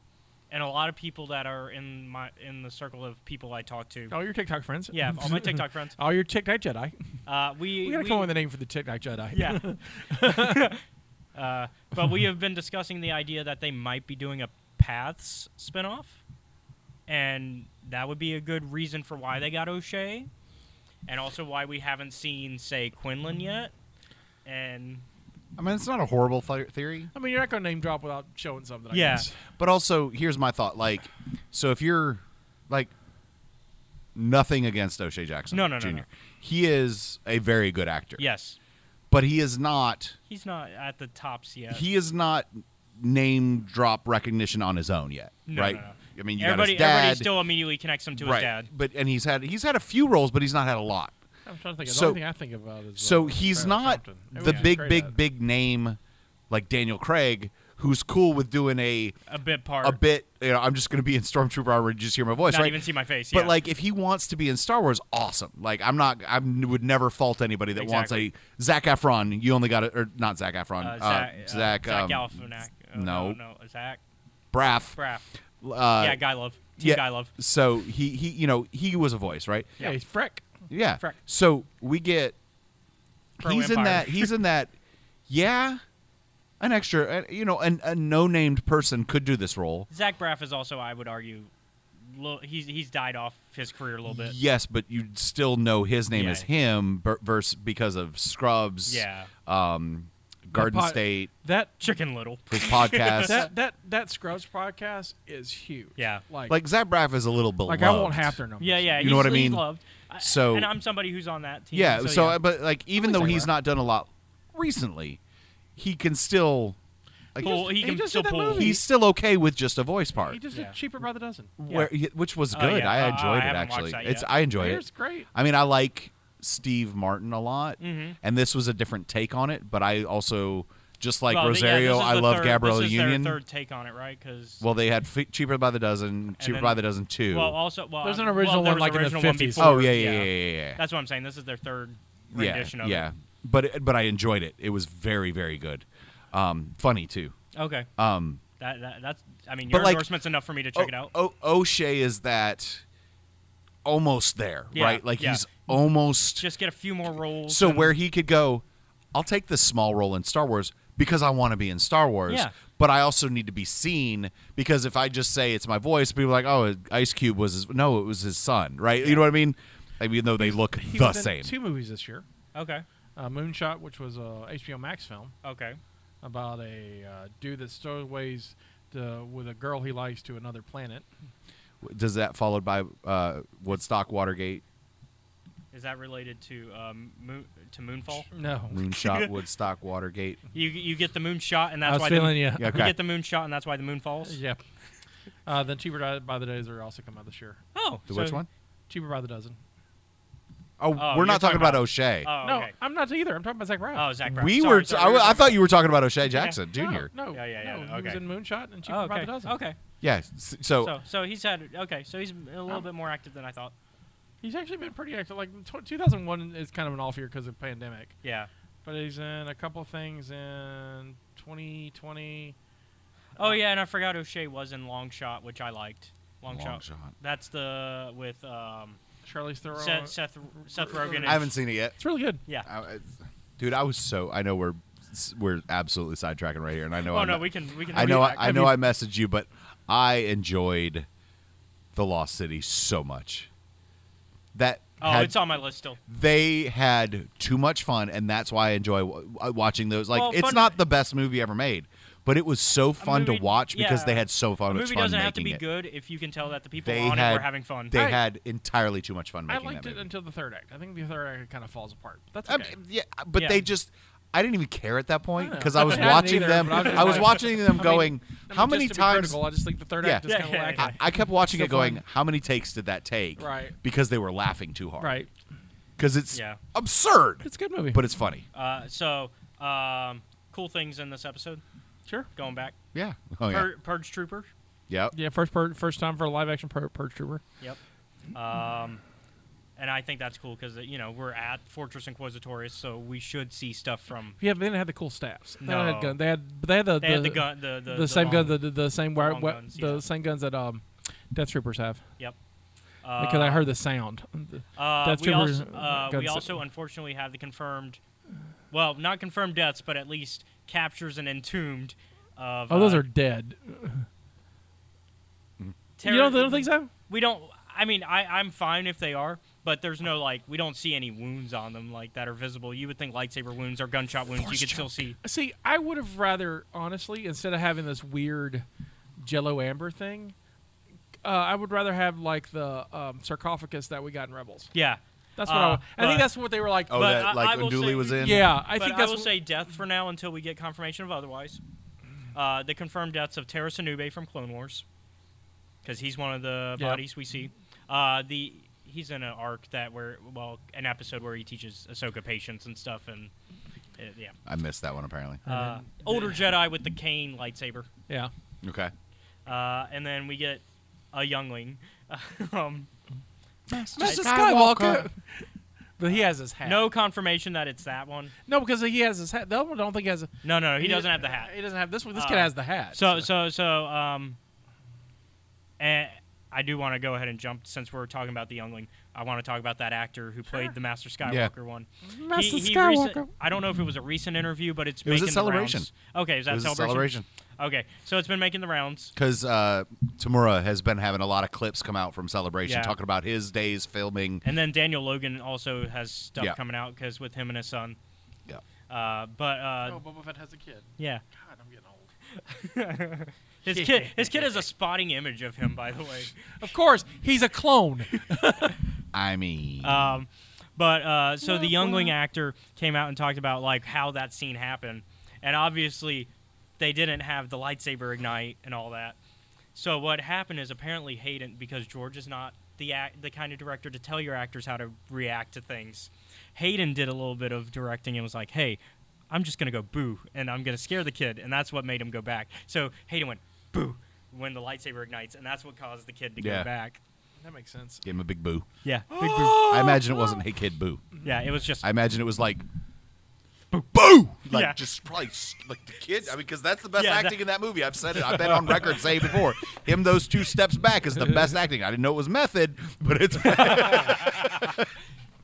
Speaker 5: and a lot of people that are in my in the circle of people I talk to.
Speaker 3: all your TikTok friends.
Speaker 5: Yeah, all my TikTok friends.
Speaker 3: all your TikTok Jedi.
Speaker 5: Uh, we
Speaker 3: We gotta
Speaker 5: we-
Speaker 3: come up with a name for the TikTok Jedi.
Speaker 5: Yeah. uh, but we have been discussing the idea that they might be doing a Paths spinoff, and that would be a good reason for why they got O'Shea, and also why we haven't seen, say, Quinlan yet. And
Speaker 4: I mean, it's not a horrible th- theory,
Speaker 3: I mean, you're not gonna name drop without showing something. I
Speaker 5: Yeah.
Speaker 3: guess.
Speaker 4: but also here's my thought. Like, so if you're, like, nothing against O'Shea Jackson,
Speaker 5: No, no, no,
Speaker 4: Jr.
Speaker 5: no.
Speaker 4: He is a very good actor.
Speaker 5: yes,
Speaker 4: But he is not.
Speaker 5: he's not at the tops yet.
Speaker 4: He is not name drop recognition on his own yet.
Speaker 5: No,
Speaker 4: right.
Speaker 5: no, no.
Speaker 4: I mean, you
Speaker 5: everybody,
Speaker 4: got his dad.
Speaker 5: everybody still immediately connects him to
Speaker 4: right.
Speaker 5: his dad.
Speaker 4: But and he's had he's had a few roles, but he's not had a lot.
Speaker 3: I'm trying to think. the
Speaker 4: So-
Speaker 3: only thing I think about is
Speaker 4: So
Speaker 3: uh,
Speaker 4: he's
Speaker 3: Baron
Speaker 4: not
Speaker 3: Compton.
Speaker 4: the
Speaker 3: Everything he's
Speaker 4: big,
Speaker 3: great
Speaker 4: big,
Speaker 3: at.
Speaker 4: big name like Daniel Craig, who's cool with doing a
Speaker 5: A bit part.
Speaker 4: a bit. You know, I'm just going to be in Stormtrooper. I would just hear my voice,
Speaker 5: Not
Speaker 4: right?
Speaker 5: even see my face.
Speaker 4: but
Speaker 5: yeah.
Speaker 4: like, if he wants to be in Star Wars, awesome. Like, I'm not. I would never fault anybody that
Speaker 5: Exactly.
Speaker 4: wants a Zach Efron. You only got it, or not Zach Efron?
Speaker 5: uh, Zach, uh,
Speaker 4: Zach,
Speaker 5: Zach
Speaker 4: um,
Speaker 5: Galifianak- oh, no,
Speaker 4: no.
Speaker 5: no, Zach
Speaker 4: Braff.
Speaker 5: Braff.
Speaker 4: Uh,
Speaker 5: yeah, Guy Love. Team
Speaker 4: yeah.
Speaker 5: Guy Love.
Speaker 4: So he he you know he was a voice, right?
Speaker 3: Yeah, he's Freck.
Speaker 4: Yeah.
Speaker 5: Mm-hmm. Correct.
Speaker 4: So we get
Speaker 5: Pro
Speaker 4: he's in
Speaker 5: Empire.
Speaker 4: that he's in that yeah an extra uh, you know an, a no named person could do this role.
Speaker 5: Zach Braff is also, I would argue, lo- he's he's died off his career a little bit.
Speaker 4: Yes, but you still know his name
Speaker 5: Yeah.
Speaker 4: is him ver- verse because of Scrubs.
Speaker 5: Yeah.
Speaker 4: Um, Garden
Speaker 3: pod-
Speaker 4: State,
Speaker 3: That
Speaker 5: Chicken Little.
Speaker 4: his podcast.
Speaker 3: that that that Scrubs podcast is huge.
Speaker 5: Yeah.
Speaker 3: like
Speaker 4: like Zach Braff is a little below.
Speaker 3: like I want half their numbers.
Speaker 5: Yeah, yeah.
Speaker 4: You
Speaker 5: he's-
Speaker 4: know what I
Speaker 5: he's
Speaker 4: mean?
Speaker 5: Loved. I-
Speaker 4: So-
Speaker 5: and I'm somebody who's on that team.
Speaker 4: Yeah.
Speaker 5: So,
Speaker 4: So,
Speaker 5: yeah.
Speaker 4: uh, but like even
Speaker 3: like
Speaker 4: though
Speaker 3: Zach
Speaker 4: he's
Speaker 3: Braff.
Speaker 4: not done a lot recently, he can still like
Speaker 5: Pull- he
Speaker 3: he
Speaker 5: can
Speaker 3: just
Speaker 5: still
Speaker 3: did that
Speaker 5: pull.
Speaker 3: movie.
Speaker 4: he's still okay with just a voice part.
Speaker 3: he just
Speaker 5: Yeah.
Speaker 3: did cheaper by the dozen.
Speaker 4: where which was
Speaker 5: Oh,
Speaker 4: good.
Speaker 5: yeah. Uh,
Speaker 4: I
Speaker 5: I
Speaker 4: enjoyed it
Speaker 5: haven't watched
Speaker 4: actually.
Speaker 5: that
Speaker 4: It's
Speaker 5: yet.
Speaker 4: I enjoy
Speaker 3: Vader's
Speaker 4: it.
Speaker 3: great.
Speaker 4: I mean, I like Steve Martin a lot,
Speaker 5: Mm-hmm.
Speaker 4: and this was a different take on it. But I also just like
Speaker 5: Well, th- yeah,
Speaker 4: Rosario.
Speaker 5: this is
Speaker 4: I
Speaker 5: the
Speaker 4: love
Speaker 5: third,
Speaker 4: Gabrielle
Speaker 5: this is
Speaker 4: Union.
Speaker 5: Their third take on it, right? Because
Speaker 4: Well, they had F- cheaper by the dozen, cheaper
Speaker 5: then-
Speaker 4: by the dozen two.
Speaker 5: well, also, well,
Speaker 3: There's an
Speaker 5: well,
Speaker 3: original
Speaker 5: there
Speaker 3: one,
Speaker 5: was
Speaker 3: like, in the
Speaker 5: original one
Speaker 3: 50s.
Speaker 5: before,
Speaker 4: oh yeah, yeah, yeah, yeah. yeah.
Speaker 5: That's what I'm saying. This is their third
Speaker 4: Yeah,
Speaker 5: rendition of
Speaker 4: yeah.
Speaker 5: it.
Speaker 4: but it, but I enjoyed it. It was very very good, um, funny too.
Speaker 5: Okay. Um, that, that that's. I mean,
Speaker 4: but
Speaker 5: your
Speaker 4: like- oh,
Speaker 5: endorsement's enough for me to check
Speaker 4: O-
Speaker 5: it out.
Speaker 4: O- O'Shea is that almost there,
Speaker 5: Yeah,
Speaker 4: right? Like
Speaker 5: yeah.
Speaker 4: he's almost
Speaker 5: Just get a few more rolls.
Speaker 4: so
Speaker 5: and-
Speaker 4: where he could go. I'll take this small role in Star Wars because I want to be in Star Wars,
Speaker 5: Yeah.
Speaker 4: but I also need to be seen because if I just say it's my voice, people are like, "Oh, Ice Cube was his, no, it was his son," right? You know what I mean? I mean, though they look
Speaker 3: He
Speaker 4: the
Speaker 3: was in
Speaker 4: same.
Speaker 3: Two movies this year.
Speaker 5: Okay.
Speaker 3: Uh, Moonshot, which was a HBO Max film
Speaker 5: Okay.
Speaker 3: about a uh, dude that stowaways the, with a girl he likes to another planet.
Speaker 4: Does that followed by uh, Woodstock, Watergate,
Speaker 5: Is that related to um, moon, to Moonfall?
Speaker 3: No,
Speaker 4: Moonshot, Woodstock, Watergate?
Speaker 5: You you get the moon shot, and
Speaker 3: I
Speaker 5: that's
Speaker 3: was
Speaker 5: why
Speaker 3: feeling
Speaker 5: the,
Speaker 3: you.
Speaker 4: Yeah, okay.
Speaker 5: you get the moon shot, and that's why the moon falls.
Speaker 3: Yeah. Uh, then cheaper Di- by the dozen are also coming out this year.
Speaker 5: Oh,
Speaker 4: The
Speaker 5: so-
Speaker 4: which one?
Speaker 3: Cheaper by the dozen.
Speaker 5: you're
Speaker 4: Oh, we're not
Speaker 5: talking
Speaker 4: talking about,
Speaker 5: about-
Speaker 4: O'Shea.
Speaker 5: Oh,
Speaker 3: no,
Speaker 5: okay.
Speaker 3: I'm not either. I'm talking about Zach Brown.
Speaker 5: oh, Zach Brown.
Speaker 4: we
Speaker 5: Sorry,
Speaker 4: were.
Speaker 5: sorry,
Speaker 4: I,
Speaker 5: we were
Speaker 4: I
Speaker 5: talking
Speaker 4: thought you were talking about O'Shea Jackson
Speaker 3: No,
Speaker 4: Jr.
Speaker 3: No,
Speaker 5: Yeah, yeah, yeah,
Speaker 3: no, he was
Speaker 5: okay.
Speaker 3: in Moonshot and Cheaper
Speaker 5: about-
Speaker 3: by the
Speaker 5: Oh, okay.
Speaker 3: dozen.
Speaker 5: Okay.
Speaker 4: Yes. s- So,
Speaker 5: So so he's had okay. So he's a little
Speaker 3: Um,
Speaker 5: bit more active than I thought.
Speaker 3: He's actually been pretty active. Like tw 2001 is kind of an off year because of pandemic,
Speaker 5: Yeah.
Speaker 3: but he's in a couple things in 2020.
Speaker 5: Oh yeah, and I forgot O'Shea was in Long Shot, which I liked. Long,
Speaker 4: Long
Speaker 5: shot.
Speaker 4: Shot.
Speaker 5: That's the with um,
Speaker 3: Charlize Theron.
Speaker 5: Seth Seth, Seth Rogen. and-
Speaker 4: I haven't seen it yet.
Speaker 3: it's really good.
Speaker 5: Yeah.
Speaker 4: I, I- dude, I was so. I know we're s- we're absolutely sidetracking right here, and I know.
Speaker 5: oh
Speaker 4: I'm
Speaker 5: no,
Speaker 4: not-
Speaker 5: we can we can.
Speaker 4: I know.
Speaker 5: we-
Speaker 4: I, I know. I messaged you, but I enjoyed the Lost City so much that
Speaker 5: Oh,
Speaker 4: had-
Speaker 5: it's on my list still.
Speaker 4: they had too much fun, and that's why I enjoy w- w- watching those. Like,
Speaker 5: Well,
Speaker 4: it's
Speaker 5: fun-
Speaker 4: not the best movie ever made, but it was so fun
Speaker 5: movie-
Speaker 4: to watch because
Speaker 5: yeah.
Speaker 4: they had so
Speaker 5: The
Speaker 4: fun. much
Speaker 5: movie
Speaker 4: fun
Speaker 5: doesn't have to
Speaker 4: making
Speaker 5: be
Speaker 4: it.
Speaker 5: good if you can tell that the people
Speaker 4: They
Speaker 5: on
Speaker 4: had
Speaker 5: it were having fun.
Speaker 4: They
Speaker 3: I-
Speaker 4: had entirely too much fun
Speaker 3: I
Speaker 4: making
Speaker 3: liked
Speaker 4: that
Speaker 3: it
Speaker 4: movie.
Speaker 3: until the third act. I think the third act kind of falls apart. But
Speaker 4: I
Speaker 3: that's okay.
Speaker 4: mean, yeah, but
Speaker 5: Yeah.
Speaker 4: they just. I didn't even care at that point
Speaker 3: I know.
Speaker 4: because I was
Speaker 3: I didn't
Speaker 4: watching
Speaker 3: either,
Speaker 4: them.
Speaker 3: but I was just
Speaker 4: I was
Speaker 3: like-
Speaker 4: watching them
Speaker 3: I mean,
Speaker 4: going,
Speaker 3: I mean,
Speaker 4: how
Speaker 3: just
Speaker 4: many
Speaker 3: to be
Speaker 4: times?
Speaker 3: critical, I just think the third
Speaker 4: Yeah.
Speaker 3: act is
Speaker 5: Yeah,
Speaker 3: kind of
Speaker 5: yeah,
Speaker 3: lacking.
Speaker 5: yeah.
Speaker 4: I, I kept watching
Speaker 3: So
Speaker 4: it going,
Speaker 3: fun.
Speaker 4: how many takes did that take?
Speaker 3: Right.
Speaker 4: Because they were laughing too hard.
Speaker 3: Right.
Speaker 4: Because it's
Speaker 5: Yeah.
Speaker 4: absurd,
Speaker 3: It's a good movie.
Speaker 4: but it's funny.
Speaker 5: Uh, so, um, cool things in this episode.
Speaker 3: sure.
Speaker 5: Going back,
Speaker 4: Yeah. Oh, yeah.
Speaker 5: Pur- Purge Trooper.
Speaker 4: yep.
Speaker 3: Yeah, first per- first time for a live action pur- Purge Trooper.
Speaker 5: Yep. Um, and I think that's cool because you know we're at Fortress Inquisitorius, so we should see stuff from.
Speaker 3: Yeah, but they didn't have the cool staffs. They
Speaker 5: No.
Speaker 3: had gun. They had. but They had the.
Speaker 5: They
Speaker 3: the,
Speaker 5: had the gun, the the,
Speaker 3: The, same
Speaker 5: long-
Speaker 3: guns. The, the, the same wire,
Speaker 5: long
Speaker 3: we-
Speaker 5: guns,
Speaker 3: The
Speaker 5: yeah.
Speaker 3: same guns that um, Death Troopers have.
Speaker 5: Yep.
Speaker 3: Because I heard the sound.
Speaker 5: Uh,
Speaker 3: Death
Speaker 5: we
Speaker 3: Troopers,
Speaker 5: also, uh, we
Speaker 3: guns-
Speaker 5: also unfortunately have the confirmed, well, not confirmed deaths, but at least captures and entombed. Of,
Speaker 3: Oh, those
Speaker 5: uh,
Speaker 3: are dead.
Speaker 5: terror-
Speaker 3: you don't, don't think so?
Speaker 5: We don't. I mean, I, I'm fine if they are, but there's no like we don't see any wounds on them like that are visible. You would think lightsaber wounds or gunshot wounds. you could still see.
Speaker 3: See, I would have rather, honestly, instead of having this weird Jello Amber thing, uh, I would rather have like the um, sarcophagus that we got in Rebels.
Speaker 5: Yeah.
Speaker 3: That's what I,
Speaker 5: Uh,
Speaker 3: would, I think
Speaker 5: but-
Speaker 3: that's what they were like.
Speaker 4: Oh,
Speaker 5: But
Speaker 4: that
Speaker 5: I-
Speaker 4: like
Speaker 5: I will
Speaker 4: Unduli
Speaker 5: say-
Speaker 4: was in.
Speaker 3: yeah, I
Speaker 5: I
Speaker 3: think
Speaker 5: but
Speaker 3: that's.
Speaker 5: I will
Speaker 3: what-
Speaker 5: say death for now until we get confirmation of otherwise. Uh, the confirmed deaths of Terra Sanube from Clone Wars, because he's one of the
Speaker 3: Yeah.
Speaker 5: bodies we see. Uh, the he's in an arc that where well an episode where he teaches Ahsoka patience and stuff and uh, yeah.
Speaker 4: I missed that one apparently.
Speaker 5: Uh, older Jedi with the cane lightsaber,
Speaker 3: yeah,
Speaker 4: Okay.
Speaker 5: uh, and then we get a youngling. um,
Speaker 3: Mr. Skywalker. but he has his hat.
Speaker 5: no confirmation that it's that one.
Speaker 3: no, because he has his hat. The other one don't think he has. A,
Speaker 5: No, no, he doesn't have the hat.
Speaker 3: He doesn't have this one. This
Speaker 5: Uh,
Speaker 3: kid has the hat.
Speaker 5: So so so um, eh, I do want to go ahead and jump since we're talking about the youngling. I want to talk about that actor who played the Master Skywalker one.
Speaker 3: Master
Speaker 5: recent-
Speaker 3: Skywalker.
Speaker 5: I don't know if it was a recent interview, but it's
Speaker 4: was a
Speaker 5: making
Speaker 4: celebration.
Speaker 5: The rounds. Okay, is that
Speaker 4: It was a celebration.
Speaker 5: Okay, so it's been making the rounds.
Speaker 4: Because uh, Tamura has been having a lot of clips come out from Celebration
Speaker 5: Yeah.
Speaker 4: talking about his days filming.
Speaker 5: And then Daniel Logan also has stuff
Speaker 4: Yeah.
Speaker 5: coming out because with him and his son.
Speaker 4: Yeah.
Speaker 5: Uh, but uh,
Speaker 3: oh, Boba Fett has a kid.
Speaker 5: yeah,
Speaker 3: God, I'm getting old.
Speaker 5: his kid his kid has a spotting image of him, by the way.
Speaker 3: Of course, he's a clone.
Speaker 4: I mean,
Speaker 3: Uh,
Speaker 5: Um, but uh, so the youngling actor came out and talked about like how that scene happened, and obviously they didn't have the lightsaber ignite and all that. So what happened is apparently Hayden, because George is not the act, the kind of director to tell your actors how to react to things. Hayden did a little bit of directing and was like, "Hey, I'm just gonna go boo, and I'm gonna scare the kid," and that's what made him go back. So Hayden went boo when the lightsaber ignites, and that's what caused the kid to
Speaker 4: Yeah.
Speaker 5: go back.
Speaker 3: that makes sense.
Speaker 4: gave him a big boo.
Speaker 5: Yeah, big boo.
Speaker 3: Oh,
Speaker 4: I imagine it wasn't Hey Kid Boo.
Speaker 5: Yeah, it was just
Speaker 4: I imagine it was like boo, boo, like
Speaker 5: Yeah.
Speaker 4: just probably s- like the kid. I mean, because that's the best
Speaker 5: Yeah,
Speaker 4: acting
Speaker 5: that-
Speaker 4: in that movie. I've said it. I've been on record saying before. Him those two steps back is the best acting. I didn't know it was method, but it's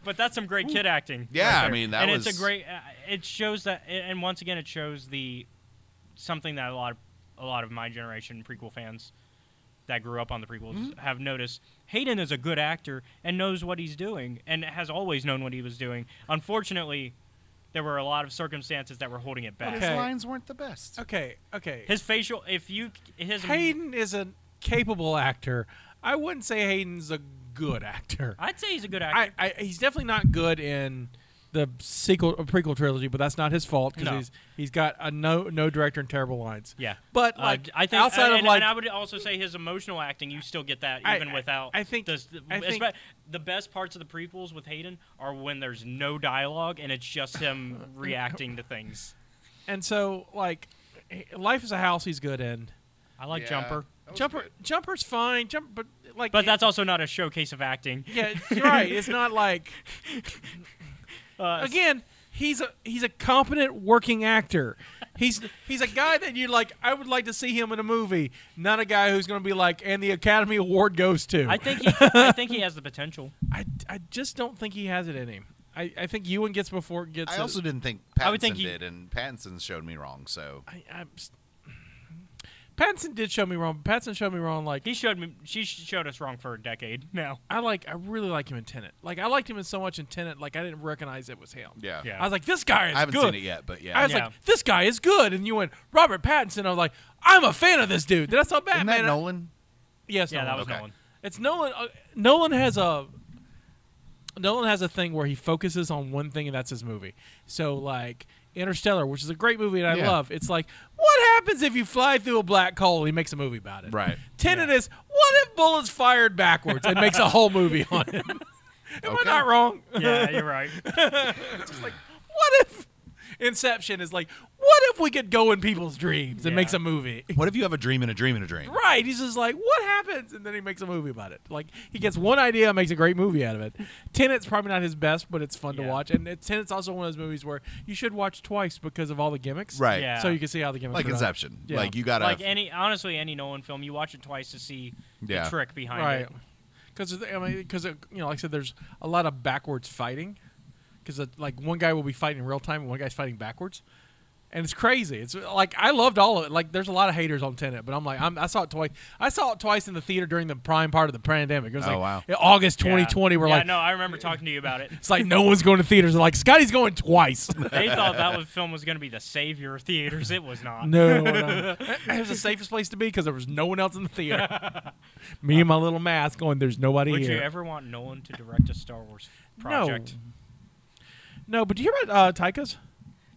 Speaker 5: But that's some great kid acting.
Speaker 4: Yeah,
Speaker 5: right
Speaker 4: I
Speaker 5: there.
Speaker 4: mean, that
Speaker 5: and
Speaker 4: was-
Speaker 5: it's a great. Uh, it shows that, and once again, it shows the something that a lot of a lot of my generation prequel fans that grew up on the prequels
Speaker 3: Mm-hmm.
Speaker 5: have noticed. Hayden is a good actor and knows what he's doing, and has always known what he was doing. Unfortunately, there were a lot of circumstances that were holding it back.
Speaker 4: his
Speaker 3: Okay.
Speaker 4: lines weren't the best.
Speaker 3: Okay, okay.
Speaker 5: His facial, if you his
Speaker 3: Hayden is a capable actor. I wouldn't say Hayden's a good actor.
Speaker 5: I'd say he's a good actor.
Speaker 3: I, I he's definitely not good in the sequel uh, prequel trilogy, but that's not his fault because
Speaker 5: No.
Speaker 3: he's he's got a no no director and terrible lines.
Speaker 5: Yeah,
Speaker 3: but
Speaker 5: Uh,
Speaker 3: like
Speaker 5: I think
Speaker 3: outside
Speaker 5: and,
Speaker 3: of
Speaker 5: and
Speaker 3: like
Speaker 5: I would also say his emotional acting, you still get that
Speaker 3: I-
Speaker 5: even
Speaker 3: I-
Speaker 5: without.
Speaker 3: I think-
Speaker 5: this,
Speaker 3: I think-
Speaker 5: espe- the best parts of the prequels with Hayden are when there's no dialogue and it's just him reacting to things.
Speaker 3: and so like h- life is a house he's good in.
Speaker 5: I like
Speaker 4: Yeah.
Speaker 5: Jumper,
Speaker 3: Jumper jumper's fine. Jump, but like
Speaker 5: but that's also not a showcase of acting.
Speaker 3: yeah, you're right. It's not like
Speaker 5: Uh,
Speaker 3: again. He's a he's a competent working actor. He's he's a guy that you like. I would like to see him in a movie, not a guy who's going to be like, and the Academy Award goes to.
Speaker 5: I think he, I think he has the potential.
Speaker 3: I, I just don't think he has it in him. I, I think Ewan gets before gets.
Speaker 4: I
Speaker 3: it.
Speaker 4: also didn't think Pattinson
Speaker 5: I would think he-
Speaker 4: did, and Pattinson showed me wrong. So
Speaker 3: I, I'm. s- Pattinson did show me wrong. but Pattinson showed me wrong. Like
Speaker 5: He showed me. She showed us wrong for a decade now.
Speaker 3: I like. I really like him in Tenet. Like I liked him in so much in Tenet. Like I didn't recognize it was him.
Speaker 4: yeah,
Speaker 5: Yeah.
Speaker 3: I was like, this guy is
Speaker 4: I haven't
Speaker 3: good.
Speaker 4: seen it yet, but yeah,
Speaker 3: I was
Speaker 5: Yeah.
Speaker 3: like, this guy is good. And you went, Robert Pattinson. I was like, I'm a fan of this dude. Then I saw
Speaker 4: isn't
Speaker 3: Batman.
Speaker 4: that
Speaker 3: and I-
Speaker 4: Nolan?
Speaker 3: Yes,
Speaker 5: yeah,
Speaker 3: Nolan.
Speaker 5: that was
Speaker 4: Okay.
Speaker 5: Nolan.
Speaker 3: It's Nolan. Uh, Nolan has a Nolan has a thing where he focuses on one thing, and that's his movie. So like Interstellar, which is a great movie and I
Speaker 4: Yeah.
Speaker 3: love. It's like what happens if you fly through a black hole? He makes a movie about it.
Speaker 4: Right.
Speaker 3: Tenet is what if bullets fired backwards and makes a whole movie on him. Am I
Speaker 4: Okay.
Speaker 3: not wrong?
Speaker 5: Yeah, you're right.
Speaker 3: What if Inception is like what if we could go in people's dreams and
Speaker 5: Yeah.
Speaker 3: makes a movie?
Speaker 4: What if you have a dream and a dream and a dream?
Speaker 3: Right. He's just like, what happens? And then he makes a movie about it. Like, he gets one idea and makes a great movie out of it. Tenet's probably not his best, but it's fun to
Speaker 5: Yeah.
Speaker 3: watch. And it, Tenet's also one of those movies where you should watch twice because of all the gimmicks.
Speaker 4: Right.
Speaker 5: Yeah.
Speaker 3: So you can see how the gimmicks
Speaker 4: Like
Speaker 3: are done.
Speaker 4: Inception.
Speaker 3: Yeah.
Speaker 4: Like you gotta.
Speaker 5: Like any, honestly, any Nolan film, you watch it twice to see
Speaker 4: Yeah.
Speaker 5: the trick behind
Speaker 3: Right.
Speaker 5: it.
Speaker 3: Because, I mean, because, you know, like I said, there's a lot of backwards fighting. Because, like, one guy will be fighting in real time and one guy's fighting backwards. And it's crazy. It's like I loved all of it. Like there's a lot of haters on Tenet, but I'm like I'm, I saw it twice. I saw it twice in the theater during the prime part of the pandemic. It was
Speaker 4: Oh,
Speaker 3: like
Speaker 4: wow.
Speaker 3: in August
Speaker 5: Yeah.
Speaker 3: 2020. We're
Speaker 5: yeah,
Speaker 3: like,
Speaker 5: no, I remember talking to you about it.
Speaker 3: It's like no one's going to theaters. They're like, Scotty's going twice.
Speaker 5: They thought that was, film was going to be the savior of theaters. It was not.
Speaker 3: no, no. it was the safest place to be because there was no one else in the theater. Me and my little mask going. There's nobody
Speaker 5: Would
Speaker 3: here.
Speaker 5: you ever want Nolan to direct a Star Wars project?
Speaker 3: No, but do you hear about uh, Tyka's?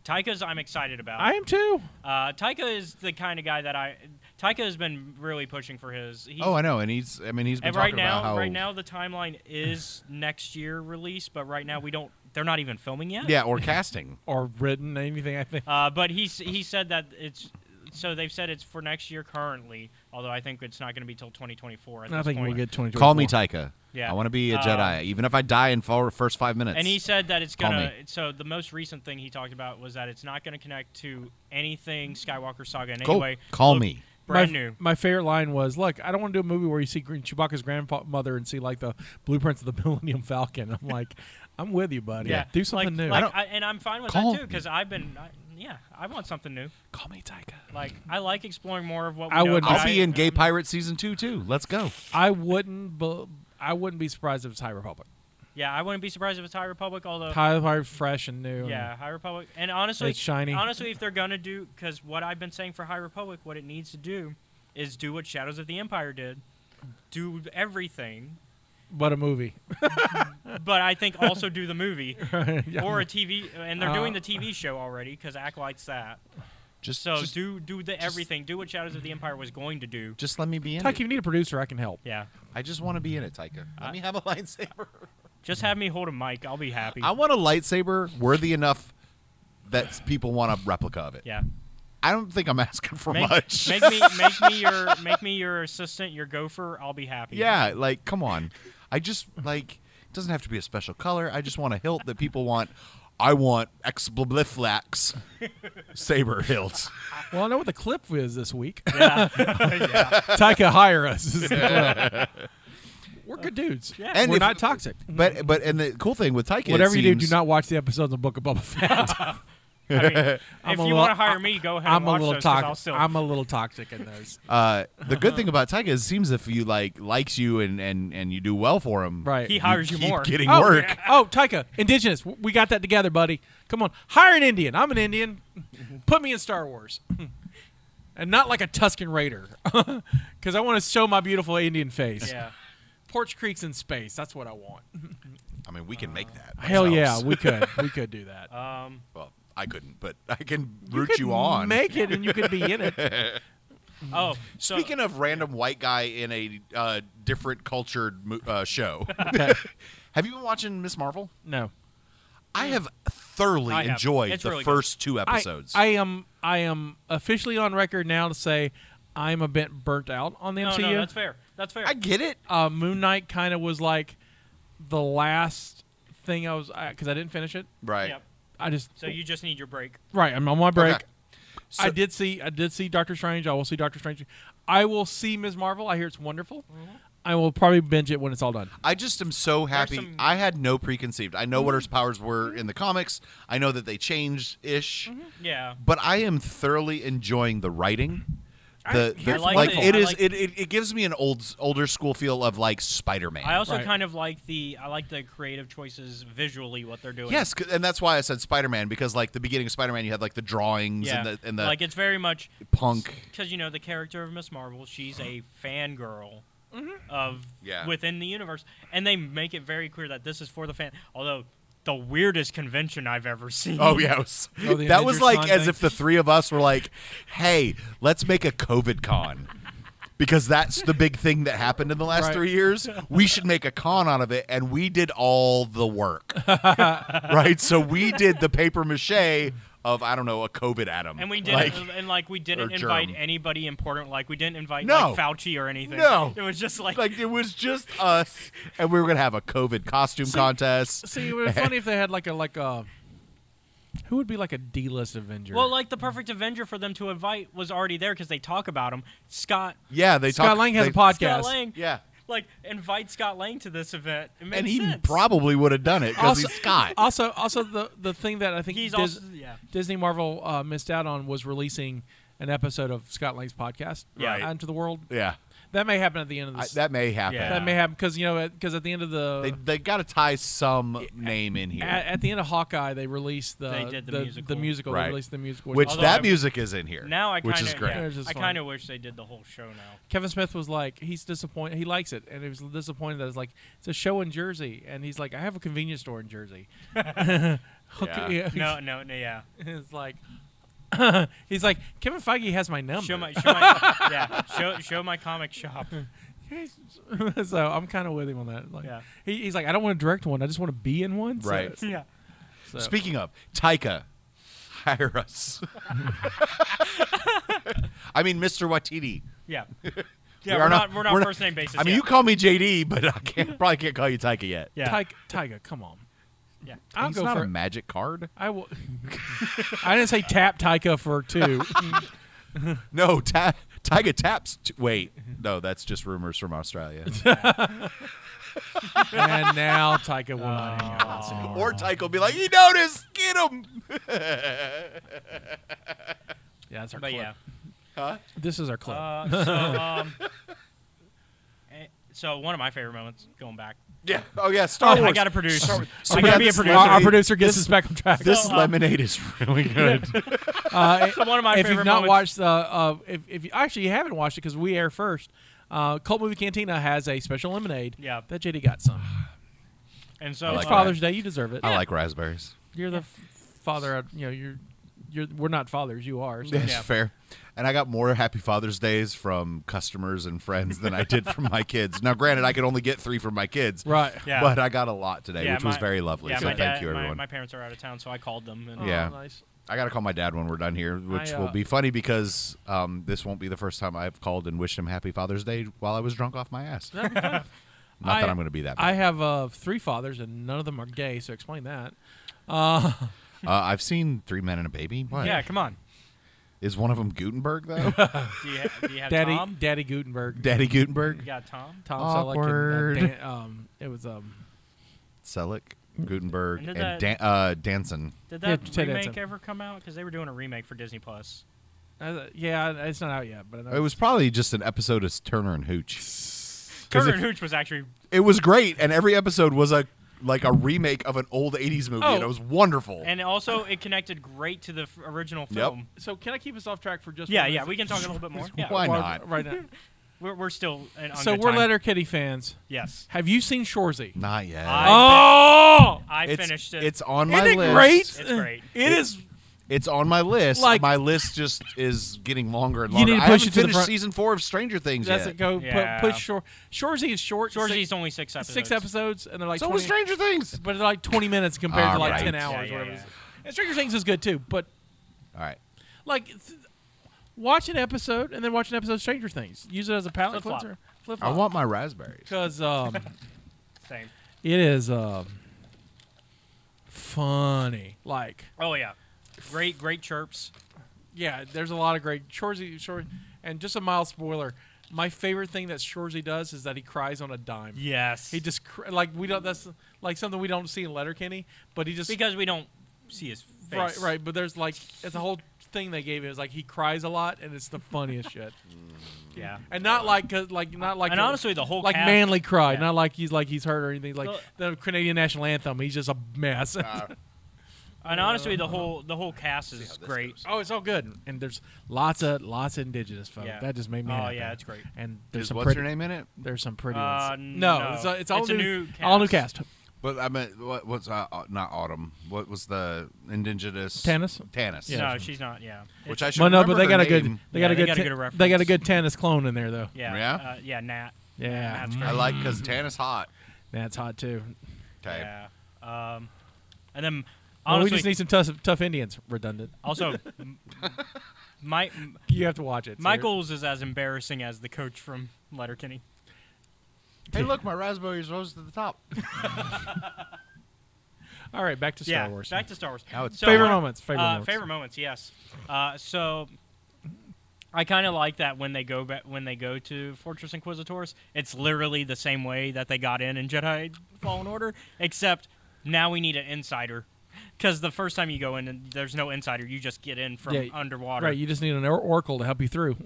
Speaker 5: Taika's I'm excited about.
Speaker 3: I am too.
Speaker 5: uh, Taika is the kind of guy that I. Taika has been really pushing for his. He,
Speaker 4: oh, I know, and he's. I mean, he's been
Speaker 5: and right
Speaker 4: talking
Speaker 5: now,
Speaker 4: about how
Speaker 5: right now the timeline is next year release, but right now we don't. They're not even filming yet.
Speaker 4: Yeah, or casting.
Speaker 3: Or written anything. I think.
Speaker 5: Uh, but he's he said that it's. So they've said it's for next year currently, although I think it's not going to be till 2024. At
Speaker 3: I
Speaker 5: this
Speaker 3: think
Speaker 5: point.
Speaker 3: we'll get 20.
Speaker 4: Call me Taika.
Speaker 5: Yeah.
Speaker 4: I want to be a
Speaker 5: Uh,
Speaker 4: Jedi, even if I die in four, first five minutes.
Speaker 5: And he said that it's
Speaker 4: Call
Speaker 5: gonna.
Speaker 4: me.
Speaker 5: So the most recent thing he talked about was that it's not gonna connect to anything Skywalker Saga in
Speaker 4: Cool.
Speaker 5: any way.
Speaker 4: Call
Speaker 5: Look,
Speaker 4: me.
Speaker 3: my,
Speaker 5: Brand new.
Speaker 3: My favorite line was, "Look, I don't want to do a movie where you see Green Chewbacca's grandmother and see like the blueprints of the Millennium Falcon." I'm like, I'm with you, buddy.
Speaker 5: Yeah,
Speaker 3: do something
Speaker 5: like,
Speaker 3: new.
Speaker 5: Like, I and I'm fine with
Speaker 4: Call
Speaker 5: that too because I've been. I, yeah, I want something new.
Speaker 3: call me Tyka.
Speaker 5: Like I like exploring more of what we
Speaker 3: I
Speaker 5: know,
Speaker 3: would-
Speaker 5: but
Speaker 4: I'll be
Speaker 5: I-
Speaker 4: in Gay Pirate season two too. Let's go.
Speaker 3: I wouldn't. Bu- I wouldn't be surprised if it's High Republic.
Speaker 5: Yeah, I wouldn't be surprised if it's High Republic. Although
Speaker 3: High Republic, fresh and new. and-
Speaker 5: Yeah, High Republic. And honestly,
Speaker 3: It's shiny.
Speaker 5: Honestly, if they're gonna do, because what I've been saying for High Republic, what it needs to do is do what Shadows of the Empire did, do everything,
Speaker 3: What a movie.
Speaker 5: but I think also do the movie
Speaker 3: Yeah.
Speaker 5: or a TV. And they're doing
Speaker 3: Uh,
Speaker 4: Uh-huh.
Speaker 5: the TV show already because Acolyte's that.
Speaker 4: Just
Speaker 5: So
Speaker 4: just,
Speaker 5: do do the everything. Do what Shadows of the Empire was going to do.
Speaker 4: just let me be in
Speaker 3: Tuck, if
Speaker 4: it.
Speaker 3: you need a producer, I can help.
Speaker 5: Yeah,
Speaker 4: I just want to be in it, Taika. Let
Speaker 5: Uh,
Speaker 4: me have a lightsaber.
Speaker 5: just have me hold a mic. I'll be happy.
Speaker 4: I want a lightsaber worthy enough that people want a replica of it.
Speaker 5: yeah.
Speaker 4: I don't think I'm asking for
Speaker 5: Make,
Speaker 4: much.
Speaker 5: make me make me your make me your assistant, your gopher. I'll be happy.
Speaker 4: Yeah, like come on. I just like it doesn't have to be a special color. I just want a hilt that people want. I want exbliflax saber hilt.
Speaker 3: Well, I know what the clip is this week. Yeah. Taika, hire us. is the clip. We're good dudes. Yeah.
Speaker 4: And
Speaker 3: We're
Speaker 4: if-
Speaker 3: not toxic.
Speaker 4: But but and the cool thing with Taika, it
Speaker 3: Whatever you do,
Speaker 4: seems-
Speaker 3: do not watch the episodes of Book of Boba Fett.
Speaker 5: I mean, if
Speaker 3: I'm a
Speaker 5: you
Speaker 3: little-
Speaker 5: want to hire me, go ahead.
Speaker 3: I'm
Speaker 5: and
Speaker 3: a
Speaker 5: watch
Speaker 3: little
Speaker 5: those 'cause I'll
Speaker 3: toxic.
Speaker 5: still-
Speaker 3: I'm a little toxic in those.
Speaker 4: Uh, the good thing about Taika is it seems if you like likes you and and and you do well for him,
Speaker 3: Right.
Speaker 5: he hires you,
Speaker 4: keep
Speaker 5: more.
Speaker 4: getting
Speaker 3: Oh,
Speaker 4: work.
Speaker 3: Oh, Taika, indigenous. W- We got that together, buddy. Come on, hire an Indian. I'm an Indian. Put me in Star Wars, and not like a Tuscan Raider, because I want to show my beautiful Indian face.
Speaker 5: Yeah.
Speaker 3: Porch Creek's in space. That's what I want.
Speaker 4: I mean, we can make that.
Speaker 3: Hell yeah,
Speaker 4: ourselves.
Speaker 3: we could. We could do that.
Speaker 5: Um,
Speaker 4: well, I couldn't, but I can root
Speaker 3: could
Speaker 4: you on.
Speaker 3: Make it, and you could be in it.
Speaker 5: oh, so
Speaker 4: Speaking of random white guy in a uh, different cultured mo- uh, show, Mm.
Speaker 3: Okay.
Speaker 4: have you been watching Miss Marvel?
Speaker 3: No,
Speaker 4: I have thoroughly
Speaker 5: I have.
Speaker 4: enjoyed
Speaker 5: It's
Speaker 4: the
Speaker 5: really good.
Speaker 4: first two episodes.
Speaker 3: I, I am. I am officially on record now to say I'm a bit burnt out on the
Speaker 5: no,
Speaker 3: MCU.
Speaker 5: no, that's fair. That's fair.
Speaker 4: I get it.
Speaker 3: uh, Moon Knight kind of was like the last thing I was because I didn't finish it.
Speaker 4: Right.
Speaker 5: Yep.
Speaker 3: I just
Speaker 5: So you just need your break.
Speaker 3: right. I'm on my break.
Speaker 4: Okay.
Speaker 3: I
Speaker 4: So-
Speaker 3: did see. I did see Doctor Strange. I will see Doctor Strange. I will see Ms. Marvel. I hear it's wonderful. I will probably binge it when it's all done.
Speaker 4: I just am so happy.
Speaker 5: some- Mm-hmm.
Speaker 4: I had no preconceived. I know what her powers were in the comics. I know that they changed ish,
Speaker 5: Mm-hmm. Yeah.
Speaker 4: but I am thoroughly enjoying the writing.
Speaker 5: I-
Speaker 4: The,
Speaker 5: I
Speaker 4: the-
Speaker 5: like
Speaker 4: like
Speaker 5: it.
Speaker 4: it
Speaker 5: I
Speaker 4: is
Speaker 5: like-
Speaker 4: it, it, it gives me an old older school feel of like Spider Man.
Speaker 5: I also
Speaker 3: Right.
Speaker 5: kind of like the I like the creative choices visually what they're doing.
Speaker 4: Yes, 'cause- and that's why I said Spider Man because like the beginning of Spider Man, you had like the drawings
Speaker 5: Yeah.
Speaker 4: and the and the
Speaker 5: like it's very much
Speaker 4: punk. Uh-huh.
Speaker 5: because you know the character of Miss Marvel, she's a fangirl of
Speaker 4: Yeah.
Speaker 5: within the universe, and they make it very clear that this is for the fan. Although the weirdest convention I've ever seen.
Speaker 4: Oh yeah, it was-
Speaker 3: Oh, the
Speaker 4: that was
Speaker 3: Avengers
Speaker 4: like
Speaker 3: con
Speaker 4: as
Speaker 3: thing.
Speaker 4: if the three of us were like, "Hey, let's make a COVID con." Because that's the big thing that happened in the last
Speaker 3: Right.
Speaker 4: three years. We should make a con out of it, and we did all the work, right? So we did the paper mache of I don't know a COVID atom,
Speaker 5: And we didn't,
Speaker 4: Like,
Speaker 5: and like we didn't
Speaker 4: or
Speaker 5: invite
Speaker 4: germ.
Speaker 5: anybody important. Like we didn't invite
Speaker 4: No.
Speaker 5: like Fauci or anything.
Speaker 4: No.
Speaker 5: it was just like,
Speaker 4: like it was just us, and we were gonna have a COVID costume contest.
Speaker 3: See, it would be funny if they had like a like a who would be like a D-list Avenger.
Speaker 5: well, like the perfect Avenger for them to invite was already there because they talk about him. Scott,
Speaker 4: yeah, they
Speaker 3: Scott
Speaker 4: talk,
Speaker 3: Lang has
Speaker 4: they-
Speaker 3: a podcast.
Speaker 5: Scott Lang,
Speaker 4: Yeah,
Speaker 5: like invite Scott Lang to this event. It
Speaker 4: and
Speaker 5: makes
Speaker 4: he
Speaker 5: sense.
Speaker 4: probably would have done it because
Speaker 3: Also-
Speaker 4: he's Scott.
Speaker 3: Also, also the the thing that I think
Speaker 5: He's
Speaker 3: Dis-
Speaker 5: also yeah.
Speaker 3: Disney Marvel uh, missed out on was releasing an episode of Scott Lang's podcast
Speaker 5: Yeah.
Speaker 3: out into the world.
Speaker 4: Yeah,
Speaker 3: That may happen at the end of
Speaker 4: I,
Speaker 3: this.
Speaker 4: that may happen.
Speaker 5: Yeah.
Speaker 3: That may happen because you know because at the end of
Speaker 4: They
Speaker 3: the
Speaker 4: they got to tie some name in here,
Speaker 3: at, at the end of Hawkeye they released the
Speaker 5: They did the musical.
Speaker 3: musical.
Speaker 4: Right.
Speaker 3: They released the musical,
Speaker 4: which
Speaker 5: Although
Speaker 4: that
Speaker 5: I-
Speaker 4: music is in here.
Speaker 5: Now I kind of
Speaker 4: which is great.
Speaker 3: yeah. Which is
Speaker 5: I
Speaker 3: fine.
Speaker 5: kind of wish they did the whole show now.
Speaker 3: Kevin Smith was like he's disappointed. He likes it, and he was disappointed that it's like it's a show in Jersey, and he's like I have a convenience store in Jersey. Okay,
Speaker 4: Yeah.
Speaker 5: No, no, no, yeah.
Speaker 3: it's like he's like Kevin Feige has my number.
Speaker 5: Show my, show my yeah, show, show my comic shop.
Speaker 3: so I'm kind of with him on that. Like,
Speaker 5: Yeah.
Speaker 3: he, he's like, I don't want to direct one. I just want to be in one. So-
Speaker 4: Right.
Speaker 5: Yeah.
Speaker 3: so-
Speaker 4: Speaking of Taika, hire us. I mean, Mr. Watiti.
Speaker 5: Yeah.
Speaker 4: We
Speaker 5: Yeah,
Speaker 4: are
Speaker 5: we're not, we're not
Speaker 4: we're not-
Speaker 5: first name basis.
Speaker 4: I mean,
Speaker 5: yet.
Speaker 4: you call me JD, but I can't, probably can't call you Taika yet.
Speaker 5: Yeah.
Speaker 3: Tyga, Tyga, come on.
Speaker 5: yeah.
Speaker 3: I'll
Speaker 4: he's
Speaker 3: go
Speaker 4: not
Speaker 3: for
Speaker 4: a magic card.
Speaker 3: I will. I didn't say tap Tyka for two.
Speaker 4: No, ta- Taika taps. T- wait, no, that's just rumors from Australia.
Speaker 3: and now Tyka will not hang out with
Speaker 5: Oh.
Speaker 3: us anymore.
Speaker 4: or Taika will be like, he noticed. Get him.
Speaker 3: Yeah, that's our
Speaker 5: But
Speaker 3: club.
Speaker 5: yeah.
Speaker 3: This is our club.
Speaker 5: Uh, so, um, eh, so one of my favorite moments going back.
Speaker 4: Yeah. Oh yeah. Star
Speaker 5: I
Speaker 4: Wars.
Speaker 5: gotta produce.
Speaker 4: So
Speaker 5: I
Speaker 4: we
Speaker 5: gotta
Speaker 4: have
Speaker 5: be a
Speaker 4: this
Speaker 5: producer.
Speaker 3: our, our
Speaker 4: lemonade-
Speaker 3: producer gets us back on track.
Speaker 4: This
Speaker 5: So, um,
Speaker 4: lemonade is really good.
Speaker 3: Uh,
Speaker 5: So one of my
Speaker 3: if
Speaker 5: favorite
Speaker 3: you've not
Speaker 5: moments-
Speaker 3: watched the, uh, if if you, actually you haven't watched it because we air first, uh, Cult Movie Cantina has a special lemonade.
Speaker 5: Yeah.
Speaker 3: that JD got some.
Speaker 5: And so,
Speaker 4: I like
Speaker 3: it's
Speaker 5: uh,
Speaker 3: Father's Day. You deserve it.
Speaker 4: I like raspberries.
Speaker 3: You're the f- father. Of, you know, you're you're. We're not fathers. You are. So.
Speaker 4: That's
Speaker 5: Yeah.
Speaker 4: fair. And I got more Happy Father's Days from customers and friends than I did from my kids. Now, granted, I could only get three from my kids,
Speaker 3: Right.
Speaker 5: Yeah.
Speaker 4: But I got a lot today,
Speaker 5: yeah,
Speaker 4: which was
Speaker 5: my-
Speaker 4: very lovely.
Speaker 5: Yeah,
Speaker 4: so
Speaker 5: my
Speaker 4: thank
Speaker 5: dad-
Speaker 4: you,
Speaker 5: my-
Speaker 4: everyone.
Speaker 5: My, parents are out of town, so I called them. And,
Speaker 4: Yeah.
Speaker 3: Oh, nice.
Speaker 4: I got to call my dad when we're done here, which
Speaker 3: I,
Speaker 4: will
Speaker 3: uh,
Speaker 4: be funny because um, this won't be the first time I've called and wished him Happy Father's Day while I was drunk off my ass. Not that
Speaker 3: I-
Speaker 4: I'm going to be that.
Speaker 3: I
Speaker 4: Bad.
Speaker 3: have uh, three fathers, and none of them are gay. So explain that.
Speaker 4: uh, I've seen Three Men and a Baby. What?
Speaker 5: Yeah, come on.
Speaker 4: Is one of them Gutenberg though?
Speaker 5: Do you, ha- do you have
Speaker 3: Daddy,
Speaker 5: Tom?
Speaker 3: Daddy Gutenberg,
Speaker 4: Daddy Gutenberg,
Speaker 5: You got Tom?
Speaker 3: Tom
Speaker 4: Awkward.
Speaker 3: Selleck, and, uh, Dan- um, it was um,
Speaker 4: Selick, Gutenberg,
Speaker 5: And
Speaker 4: and,
Speaker 5: did
Speaker 4: Dan- uh, Danson.
Speaker 5: Did
Speaker 3: Yeah,
Speaker 5: that
Speaker 3: say that,
Speaker 5: remake
Speaker 3: Tim.
Speaker 5: ever come out? Because they were doing a remake for Disney Plus.
Speaker 3: uh, yeah, it's not out yet, but I know
Speaker 4: It was probably just an episode of Turner and Hooch.
Speaker 5: Turner
Speaker 4: if-
Speaker 5: and Hooch was actually
Speaker 4: It was great, and every episode was a like a remake of an old '80s movie, and
Speaker 5: Oh.
Speaker 4: it was wonderful.
Speaker 5: And also, it connected great to the f- original
Speaker 4: Yep.
Speaker 5: film.
Speaker 3: So can I keep us off track for just?
Speaker 5: Yeah,
Speaker 3: one
Speaker 5: yeah,
Speaker 3: minute?
Speaker 5: we can talk a little bit more. Yeah,
Speaker 4: Why
Speaker 3: Well,
Speaker 4: not?
Speaker 3: Right now.
Speaker 5: We're, we're still in, on
Speaker 3: so
Speaker 5: good
Speaker 3: we're
Speaker 5: time.
Speaker 3: Letterkenny fans.
Speaker 5: Yes.
Speaker 3: Have you seen Shorzy?
Speaker 4: Not yet.
Speaker 5: I-
Speaker 3: Oh,
Speaker 5: I
Speaker 4: it's,
Speaker 5: finished it.
Speaker 4: It's on my
Speaker 3: isn't it
Speaker 4: list.
Speaker 3: great?
Speaker 5: It's great.
Speaker 3: It is.
Speaker 4: It's on my list.
Speaker 3: Like-
Speaker 4: my list just is getting longer and
Speaker 3: You
Speaker 4: longer.
Speaker 3: need to
Speaker 4: I
Speaker 3: push
Speaker 4: haven't
Speaker 3: it to the
Speaker 4: finished
Speaker 3: front.
Speaker 4: season four of Stranger Things
Speaker 3: That's
Speaker 4: yet.
Speaker 3: it. Go
Speaker 5: Yeah.
Speaker 3: put, push Shor. Shorzy is short.
Speaker 5: Georgie's
Speaker 3: six,
Speaker 5: only six episodes.
Speaker 3: six episodes, and they're like
Speaker 4: so was
Speaker 3: 20,
Speaker 4: Stranger Things.
Speaker 3: but they're like twenty minutes compared to like
Speaker 4: Alright.
Speaker 3: ten
Speaker 4: Yeah,
Speaker 3: hours.
Speaker 5: yeah,
Speaker 3: whatever. it
Speaker 5: yeah.
Speaker 3: is. And Stranger Things is good too, but
Speaker 4: All right.
Speaker 3: like. Th- Watch an episode and then watch an episode of Stranger Things. Use it as a palate
Speaker 5: Flip-flop.
Speaker 3: cleanser. Flip
Speaker 4: I
Speaker 3: flop.
Speaker 4: want my raspberries.
Speaker 3: Because um,
Speaker 5: Same.
Speaker 3: it is um, funny. Like,
Speaker 5: Oh yeah, great, great chirps.
Speaker 3: Yeah, there's a lot of great Shorzy. Shor- and just a mild spoiler. My favorite thing that Shorzy does is that he cries on a dime.
Speaker 5: Yes.
Speaker 3: He just cr- like we don't. That's like something we don't see in Letterkenny, but he just
Speaker 5: because we don't see his face.
Speaker 3: right, right. But there's like it's a whole thing they gave him. It's like he cries a lot, and it's the funniest shit.
Speaker 5: Yeah.
Speaker 3: And not like 'cause, like not like
Speaker 5: And
Speaker 3: a-
Speaker 5: honestly, the whole
Speaker 3: like
Speaker 5: cast-
Speaker 3: manly cry,
Speaker 5: yeah.
Speaker 3: not like he's like he's hurt or anything. Like
Speaker 5: The-
Speaker 3: the Canadian national anthem, he's just a mess.
Speaker 4: Uh,
Speaker 5: And honestly, the whole the whole cast is great.
Speaker 3: oh, it's all good, and there's lots of lots of indigenous folk.
Speaker 5: Yeah.
Speaker 3: That just made me.
Speaker 5: Oh,
Speaker 3: happy.
Speaker 5: yeah, it's great.
Speaker 3: And there's
Speaker 4: Is
Speaker 3: some
Speaker 4: what's
Speaker 3: pretty,
Speaker 4: her name in it?
Speaker 3: There's some pretty
Speaker 5: Uh,
Speaker 3: ones. No,
Speaker 5: no.
Speaker 3: it's, a, it's all
Speaker 5: It's a
Speaker 3: new,
Speaker 5: new
Speaker 3: all new
Speaker 5: cast.
Speaker 3: cast.
Speaker 4: But I meant what, what's uh, uh, not autumn? What was the indigenous
Speaker 3: Tannis?
Speaker 4: Tannis.
Speaker 5: No, she's not. Yeah.
Speaker 4: which I should.
Speaker 3: Well, no, but
Speaker 4: remember
Speaker 3: they
Speaker 4: her
Speaker 3: got a
Speaker 4: name.
Speaker 3: good, they got
Speaker 5: Yeah,
Speaker 3: a
Speaker 5: they
Speaker 3: good,
Speaker 5: got
Speaker 3: ta-
Speaker 5: a good
Speaker 3: they got a
Speaker 5: reference.
Speaker 3: good tennis clone in there though.
Speaker 5: Yeah.
Speaker 4: Yeah?
Speaker 5: Uh, yeah. Nat.
Speaker 3: Yeah.
Speaker 5: Nat's great.
Speaker 4: I like because Tannis hot.
Speaker 3: that's hot too.
Speaker 4: Okay.
Speaker 5: Yeah. Um, and then
Speaker 3: Well, we
Speaker 5: honestly,
Speaker 3: just need some tough, tough Indians. Redundant.
Speaker 5: also, m- my
Speaker 3: You have to watch it. so you're-
Speaker 5: Michaels is as embarrassing as the coach from Letterkenny.
Speaker 4: Hey, look, my raspberries rose to the top.
Speaker 3: All right, back to Star
Speaker 5: yeah,
Speaker 3: Wars.
Speaker 5: back to Star Wars.
Speaker 4: Now it's
Speaker 5: So,
Speaker 3: favorite
Speaker 5: uh,
Speaker 3: moments. Favorite
Speaker 5: uh,
Speaker 3: moments.
Speaker 5: Favorite moments. Yes. Uh, so I kind of like that when they go back when they go to Fortress Inquisitors, it's literally the same way that they got in in Jedi Fallen Order, except now we need an insider. Because the first time you go in, and there's no insider. You just get in from
Speaker 3: Yeah,
Speaker 5: underwater.
Speaker 3: Right, you just need an or- oracle to help you through.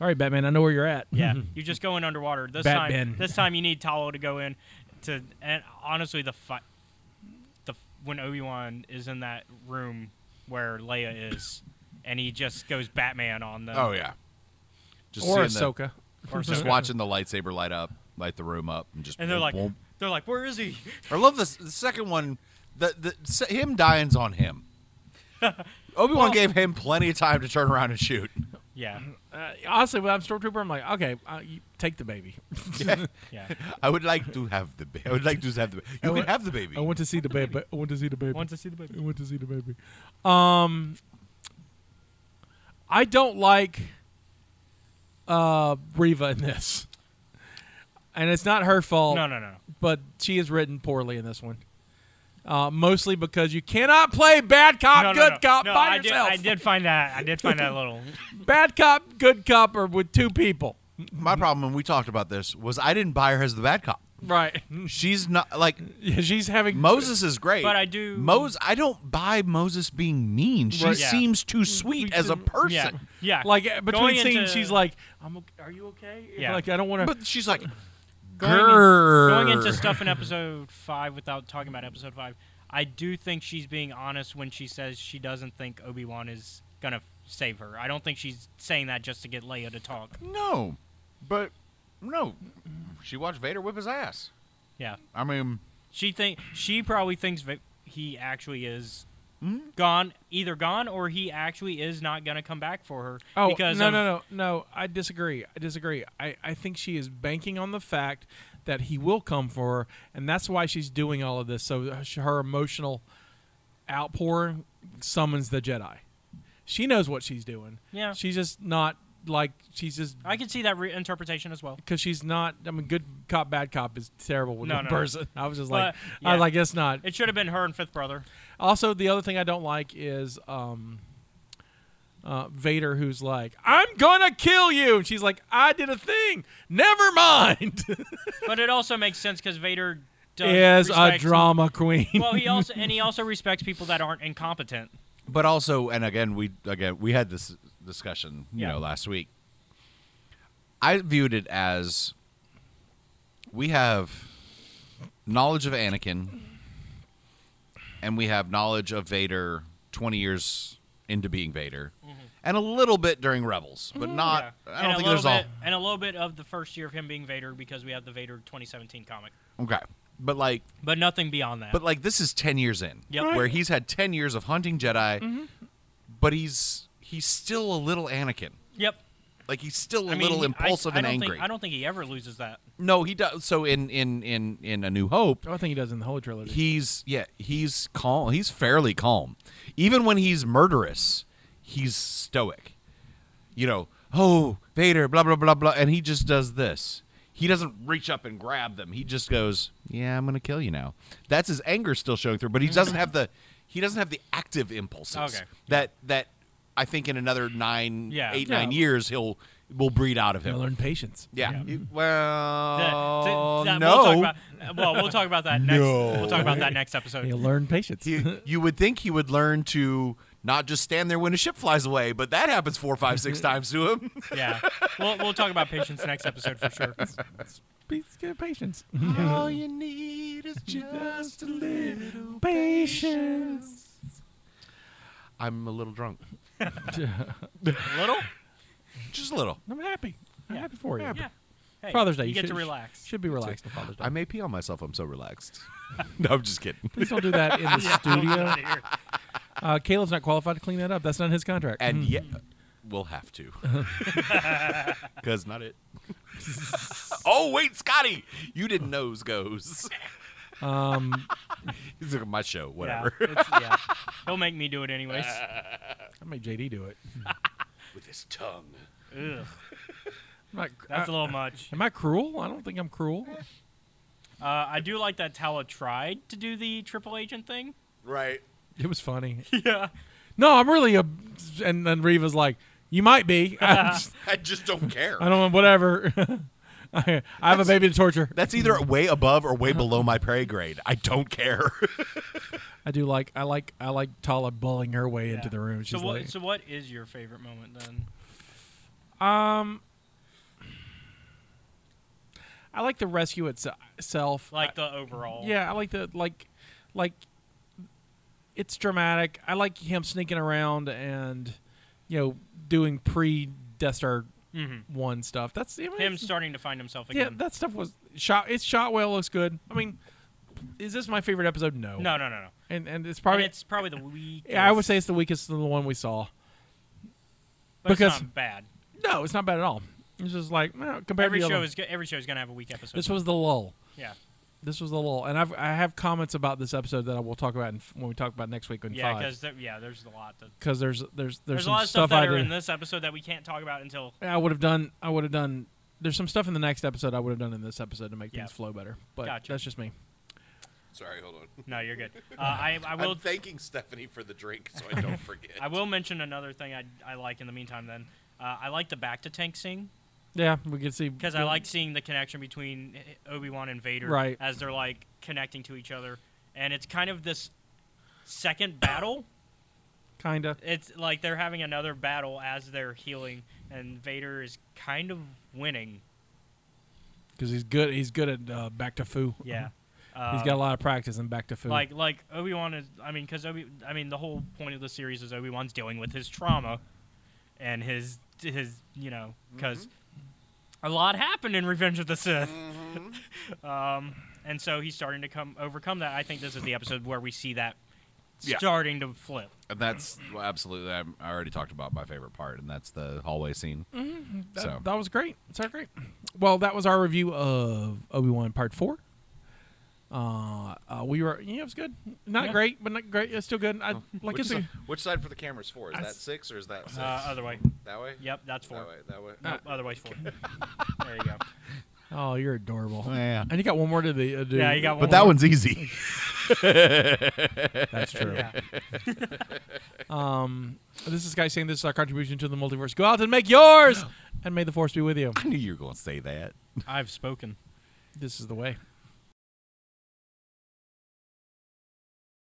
Speaker 3: All right, Batman, I know where you're at.
Speaker 5: Yeah, you just go in underwater. This
Speaker 3: Batman.
Speaker 5: time, this time you need Talo to go in to. And honestly, the fight, the when Obi Wan is in that room where Leia is, and he just goes Batman on the.
Speaker 4: Oh yeah. Just
Speaker 3: or
Speaker 4: seeing the-
Speaker 3: Ahsoka.
Speaker 5: Or
Speaker 4: just
Speaker 5: so-
Speaker 4: watching the lightsaber light up, light the room up, and just.
Speaker 5: And they're
Speaker 4: boom,
Speaker 5: like,
Speaker 4: boom.
Speaker 5: they're like, where is he?
Speaker 4: I love this. The second one, the the se- him dying's on him. Obi Wan gave him plenty of time to turn around and shoot.
Speaker 5: Yeah,
Speaker 3: Uh, honestly, when I'm stormtrooper, I'm like, okay, uh, you take the baby.
Speaker 5: yeah.
Speaker 4: I would like to have the. Ba- I would like to have the. Ba- you can
Speaker 3: want-
Speaker 4: have the baby.
Speaker 3: I want to see the baby. I want to see the baby.
Speaker 5: Want to see the baby?
Speaker 3: I want to see the baby. Um, I don't like uh Reva in this, and it's not her fault.
Speaker 5: No, no, no.
Speaker 3: But she is written poorly in this one. Uh, mostly because you cannot play bad cop,
Speaker 5: no, no,
Speaker 3: Ah, good
Speaker 5: no.
Speaker 3: cop
Speaker 5: No,
Speaker 3: by
Speaker 5: I
Speaker 3: yourself.
Speaker 5: Did, I did find that. I did find that a little.
Speaker 3: Bad cop, good cop, or with two people.
Speaker 4: My problem, and we talked about this, was I didn't buy her as the bad cop.
Speaker 3: Right.
Speaker 4: She's not like
Speaker 3: Yeah, she's having
Speaker 4: Moses is great,
Speaker 5: But I do-
Speaker 4: Moses. I don't buy Moses being mean. She
Speaker 3: Right.
Speaker 5: Yeah.
Speaker 4: seems too sweet as a person.
Speaker 5: Yeah, yeah.
Speaker 3: Like uh, between
Speaker 5: Going
Speaker 3: scenes,
Speaker 5: into-
Speaker 3: she's like, "I'm. Okay, are you okay?
Speaker 5: Yeah.
Speaker 3: Like I don't want to.
Speaker 4: But she's like,
Speaker 5: going, in-
Speaker 4: "Grrr."
Speaker 5: going into stuff in episode five without talking about episode five, I do think she's being honest when she says she doesn't think Obi Wan is gonna save her. I don't think she's saying that just to get Leia to talk.
Speaker 4: No, but no, she watched Vader whip his ass.
Speaker 5: Yeah,
Speaker 4: I mean,
Speaker 5: she think she probably thinks that he actually is.
Speaker 3: Hmm?
Speaker 5: Gone, either gone or he actually is not gonna come back for her.
Speaker 3: Oh
Speaker 5: because
Speaker 3: no
Speaker 5: of-
Speaker 3: no no no! I disagree. I disagree. I, I think she is banking on the fact that he will come for her, and that's why she's doing all of this. So uh, sh- her emotional outpouring summons the Jedi. She knows what she's doing.
Speaker 5: Yeah.
Speaker 3: She's just not like she's just
Speaker 5: I can see that re- interpretation as well.
Speaker 3: because she's not. I mean, good cop, bad cop is terrible with
Speaker 5: No,
Speaker 3: one
Speaker 5: no, no.
Speaker 3: person. I was just like,
Speaker 5: But,
Speaker 3: I was
Speaker 5: yeah.
Speaker 3: like, guess not.
Speaker 5: It should have been her and Fifth Brother.
Speaker 3: Also, the other thing I don't like is um, uh, Vader, who's like, "I'm gonna kill you," and she's like, "I did a thing. Never mind."
Speaker 5: But it also makes sense because Vader does
Speaker 3: is a
Speaker 5: respect-
Speaker 3: drama queen.
Speaker 5: Well, he also and he also respects people that aren't incompetent.
Speaker 4: but also and again we again we had this discussion you
Speaker 5: Yeah.
Speaker 4: know last week i viewed it as we have knowledge of anakin and we have knowledge of vader 20 years into being vader and a little bit during rebels but not Uh, i don't
Speaker 5: Mm-hmm. and
Speaker 4: think
Speaker 5: a
Speaker 4: there's
Speaker 5: little bit,
Speaker 4: all
Speaker 5: and a little bit of the first year of him being Vader because we have the Vader 2017 comic,
Speaker 4: okay but like
Speaker 5: but nothing beyond that.
Speaker 4: But like this is ten years in,
Speaker 5: Yep. Mm-hmm. Right.
Speaker 4: where he's had ten years of hunting Jedi, but he's he's still a little Anakin.
Speaker 5: yep,
Speaker 4: Like he's still a
Speaker 5: I mean,
Speaker 4: little
Speaker 5: he- I-
Speaker 4: impulsive
Speaker 5: I
Speaker 4: and
Speaker 5: don't think-
Speaker 4: angry.
Speaker 5: I don't think he ever loses that.
Speaker 4: no, he does. So in in in in A New Hope,
Speaker 3: I think he does in the whole trilogy.
Speaker 4: he's yeah he's calm. He's fairly calm, even when he's murderous. He's stoic. You know, oh Vader, blah blah blah blah, and he just does this. He doesn't reach up and grab them. He just goes, "Yeah, I'm gonna kill you now." That's his anger still showing through, but he doesn't have the he doesn't have the active impulses
Speaker 5: Okay.
Speaker 4: that that I think in another nine,
Speaker 5: Yeah.
Speaker 4: eight,
Speaker 5: Yeah.
Speaker 4: nine years he'll will breed out of
Speaker 3: Gotta
Speaker 4: him.
Speaker 3: learn patience.
Speaker 4: Yeah. You-
Speaker 5: Mm-hmm. That-
Speaker 4: well,
Speaker 5: that- that-
Speaker 4: Uh, no.
Speaker 5: We'll talk about, well, we'll talk about that next. We'll talk about that next episode.
Speaker 3: You learn patience.
Speaker 4: he, you would think he would learn to not just stand there when a ship flies away, but that happens four, five, six times to him.
Speaker 5: Yeah, we'll we'll talk about patience next episode for sure.
Speaker 3: Please get patience.
Speaker 4: All you need is just a little.
Speaker 3: Patience.
Speaker 4: I'm a little drunk.
Speaker 5: Little,
Speaker 4: Just a little.
Speaker 3: I'm happy. I'm
Speaker 5: Yeah.
Speaker 3: happy for you.
Speaker 5: yeah. Hey,
Speaker 3: Father's Day.
Speaker 5: you, get
Speaker 3: should,
Speaker 5: to relax.
Speaker 3: Should be relaxed on Father's Day.
Speaker 4: I may pee on myself. I'm so relaxed. no, I'm just kidding.
Speaker 3: Please don't do that in the studio. Uh, Caleb's not qualified to clean that up. That's not his contract.
Speaker 4: And yeah, we'll have to. Because not it. oh, wait, Scotty. You didn't nose goes.
Speaker 3: um,
Speaker 4: He's like, my show,
Speaker 5: Yeah,
Speaker 4: whatever.
Speaker 5: it's- yeah. he'll make me do it anyways.
Speaker 4: Uh,
Speaker 3: I made JD do it.
Speaker 4: With his tongue.
Speaker 5: Ugh,
Speaker 3: I'm not-
Speaker 5: that's a
Speaker 3: I-
Speaker 5: little much.
Speaker 3: am I cruel? I don't think I'm cruel.
Speaker 5: Uh, I do like that Tala tried to do the triple agent thing.
Speaker 4: Right.
Speaker 3: It was funny.
Speaker 5: Yeah.
Speaker 3: No, I'm really a. And then Reva's like, "You might be. I, just-
Speaker 4: I just don't care.
Speaker 3: I don't. Whatever. I, I have a baby to torture.
Speaker 4: That's either way above or way below my pay grade. I don't care.
Speaker 3: I do like. I like. I like Tala bullying her way into
Speaker 5: Yeah.
Speaker 3: the room.
Speaker 5: So
Speaker 3: She's
Speaker 5: what?
Speaker 3: like,
Speaker 5: So what is your favorite moment then?
Speaker 3: um. I like the rescue itself.
Speaker 5: Like the overall.
Speaker 3: Yeah, I like the like, like. It's dramatic. I like him sneaking around and, you know, doing pre Death Star
Speaker 5: Mhm.
Speaker 3: one stuff. That's I mean,
Speaker 5: Him
Speaker 3: it's-
Speaker 5: starting to find himself
Speaker 3: Yeah,
Speaker 5: again.
Speaker 3: that stuff was shot. It's shot well. Looks good. I mean, is this my favorite episode? No.
Speaker 5: no, no, no, no.
Speaker 3: And and it's
Speaker 5: Probably
Speaker 3: probably.
Speaker 5: it's probably the weakest.
Speaker 3: yeah, I would say it's the weakest of the one we saw.
Speaker 5: but
Speaker 3: because-
Speaker 5: it's not bad.
Speaker 3: No, it's not bad at all. It's just like well, compared
Speaker 5: Every
Speaker 3: to the
Speaker 5: show
Speaker 3: other-
Speaker 5: is go- every show is gonna have a weak episode.
Speaker 3: This was the lull.
Speaker 5: yeah,
Speaker 3: This was the lull, and I've I have comments about this episode that I will talk about in, when we talk about next week in
Speaker 5: yeah,
Speaker 3: five
Speaker 5: because yeah, there's a lot. That,
Speaker 3: because there's there's there's,
Speaker 5: there's a
Speaker 3: some
Speaker 5: lot of stuff, that
Speaker 3: I
Speaker 5: are
Speaker 3: did.
Speaker 5: in this episode that we can't talk about until
Speaker 3: I would have done. I would have done. There's some stuff in the next episode I would have done in this episode to make
Speaker 5: Yeah.
Speaker 3: things flow better, but
Speaker 5: Gotcha.
Speaker 3: that's just me.
Speaker 4: Sorry, hold on.
Speaker 5: No, you're good. Uh, I, I will.
Speaker 4: thanking Stephanie for the drink so I don't forget.
Speaker 5: I will mention another thing I, I like in the meantime. Then uh, I like the back to tank scene
Speaker 3: Yeah, we can see
Speaker 5: because I like seeing the connection between Obi Wan and Vader
Speaker 3: Right.
Speaker 5: as they're like connecting to each other, and it's kind of this second battle.
Speaker 3: kinda.
Speaker 5: It's like they're having another battle as they're healing, and Vader is kind of winning.
Speaker 3: because he's good. He's good at uh, back to foo.
Speaker 5: Yeah, uh,
Speaker 3: he's got a lot of practice in back to foo.
Speaker 5: like like Obi Wan is. I mean, because Obi. I mean, the whole point of the series is Obi Wan's dealing with his trauma, and his his you know because a lot happened in Revenge of the Sith, um, and so he's starting to come overcome that. I think this is the episode where we see that
Speaker 4: Yeah.
Speaker 5: starting to flip.
Speaker 4: And that's well, absolutely. I'm, I already talked about my favorite part, and that's the hallway scene.
Speaker 3: Mm-hmm. that,
Speaker 4: so-
Speaker 3: that was great. It's great. Well, that was our review of Obi Wan Part Four. Uh, uh, we were, yeah, it was good. Not
Speaker 5: Yeah.
Speaker 3: great, but not great. It's still good. I like
Speaker 6: Which,
Speaker 3: it's.
Speaker 6: si-
Speaker 3: A,
Speaker 6: which side for the cameras for? Is
Speaker 3: I
Speaker 6: that
Speaker 3: s-
Speaker 6: six or is that six?
Speaker 5: Uh, other way.
Speaker 6: that way?
Speaker 5: Yep, that's four.
Speaker 6: That way. That way.
Speaker 5: Nope, otherwise four. there you go.
Speaker 3: oh, you're adorable.
Speaker 4: yeah.
Speaker 3: And you got one more to the uh, do.
Speaker 5: Yeah, you got one.
Speaker 4: But that
Speaker 5: more.
Speaker 4: one's easy.
Speaker 3: That's true.
Speaker 5: Yeah.
Speaker 3: Um, this is guy saying this is our contribution to the multiverse. Go out and make yours, and may the force be with you.
Speaker 4: I knew you were going to say that.
Speaker 5: I've spoken.
Speaker 3: This is the way.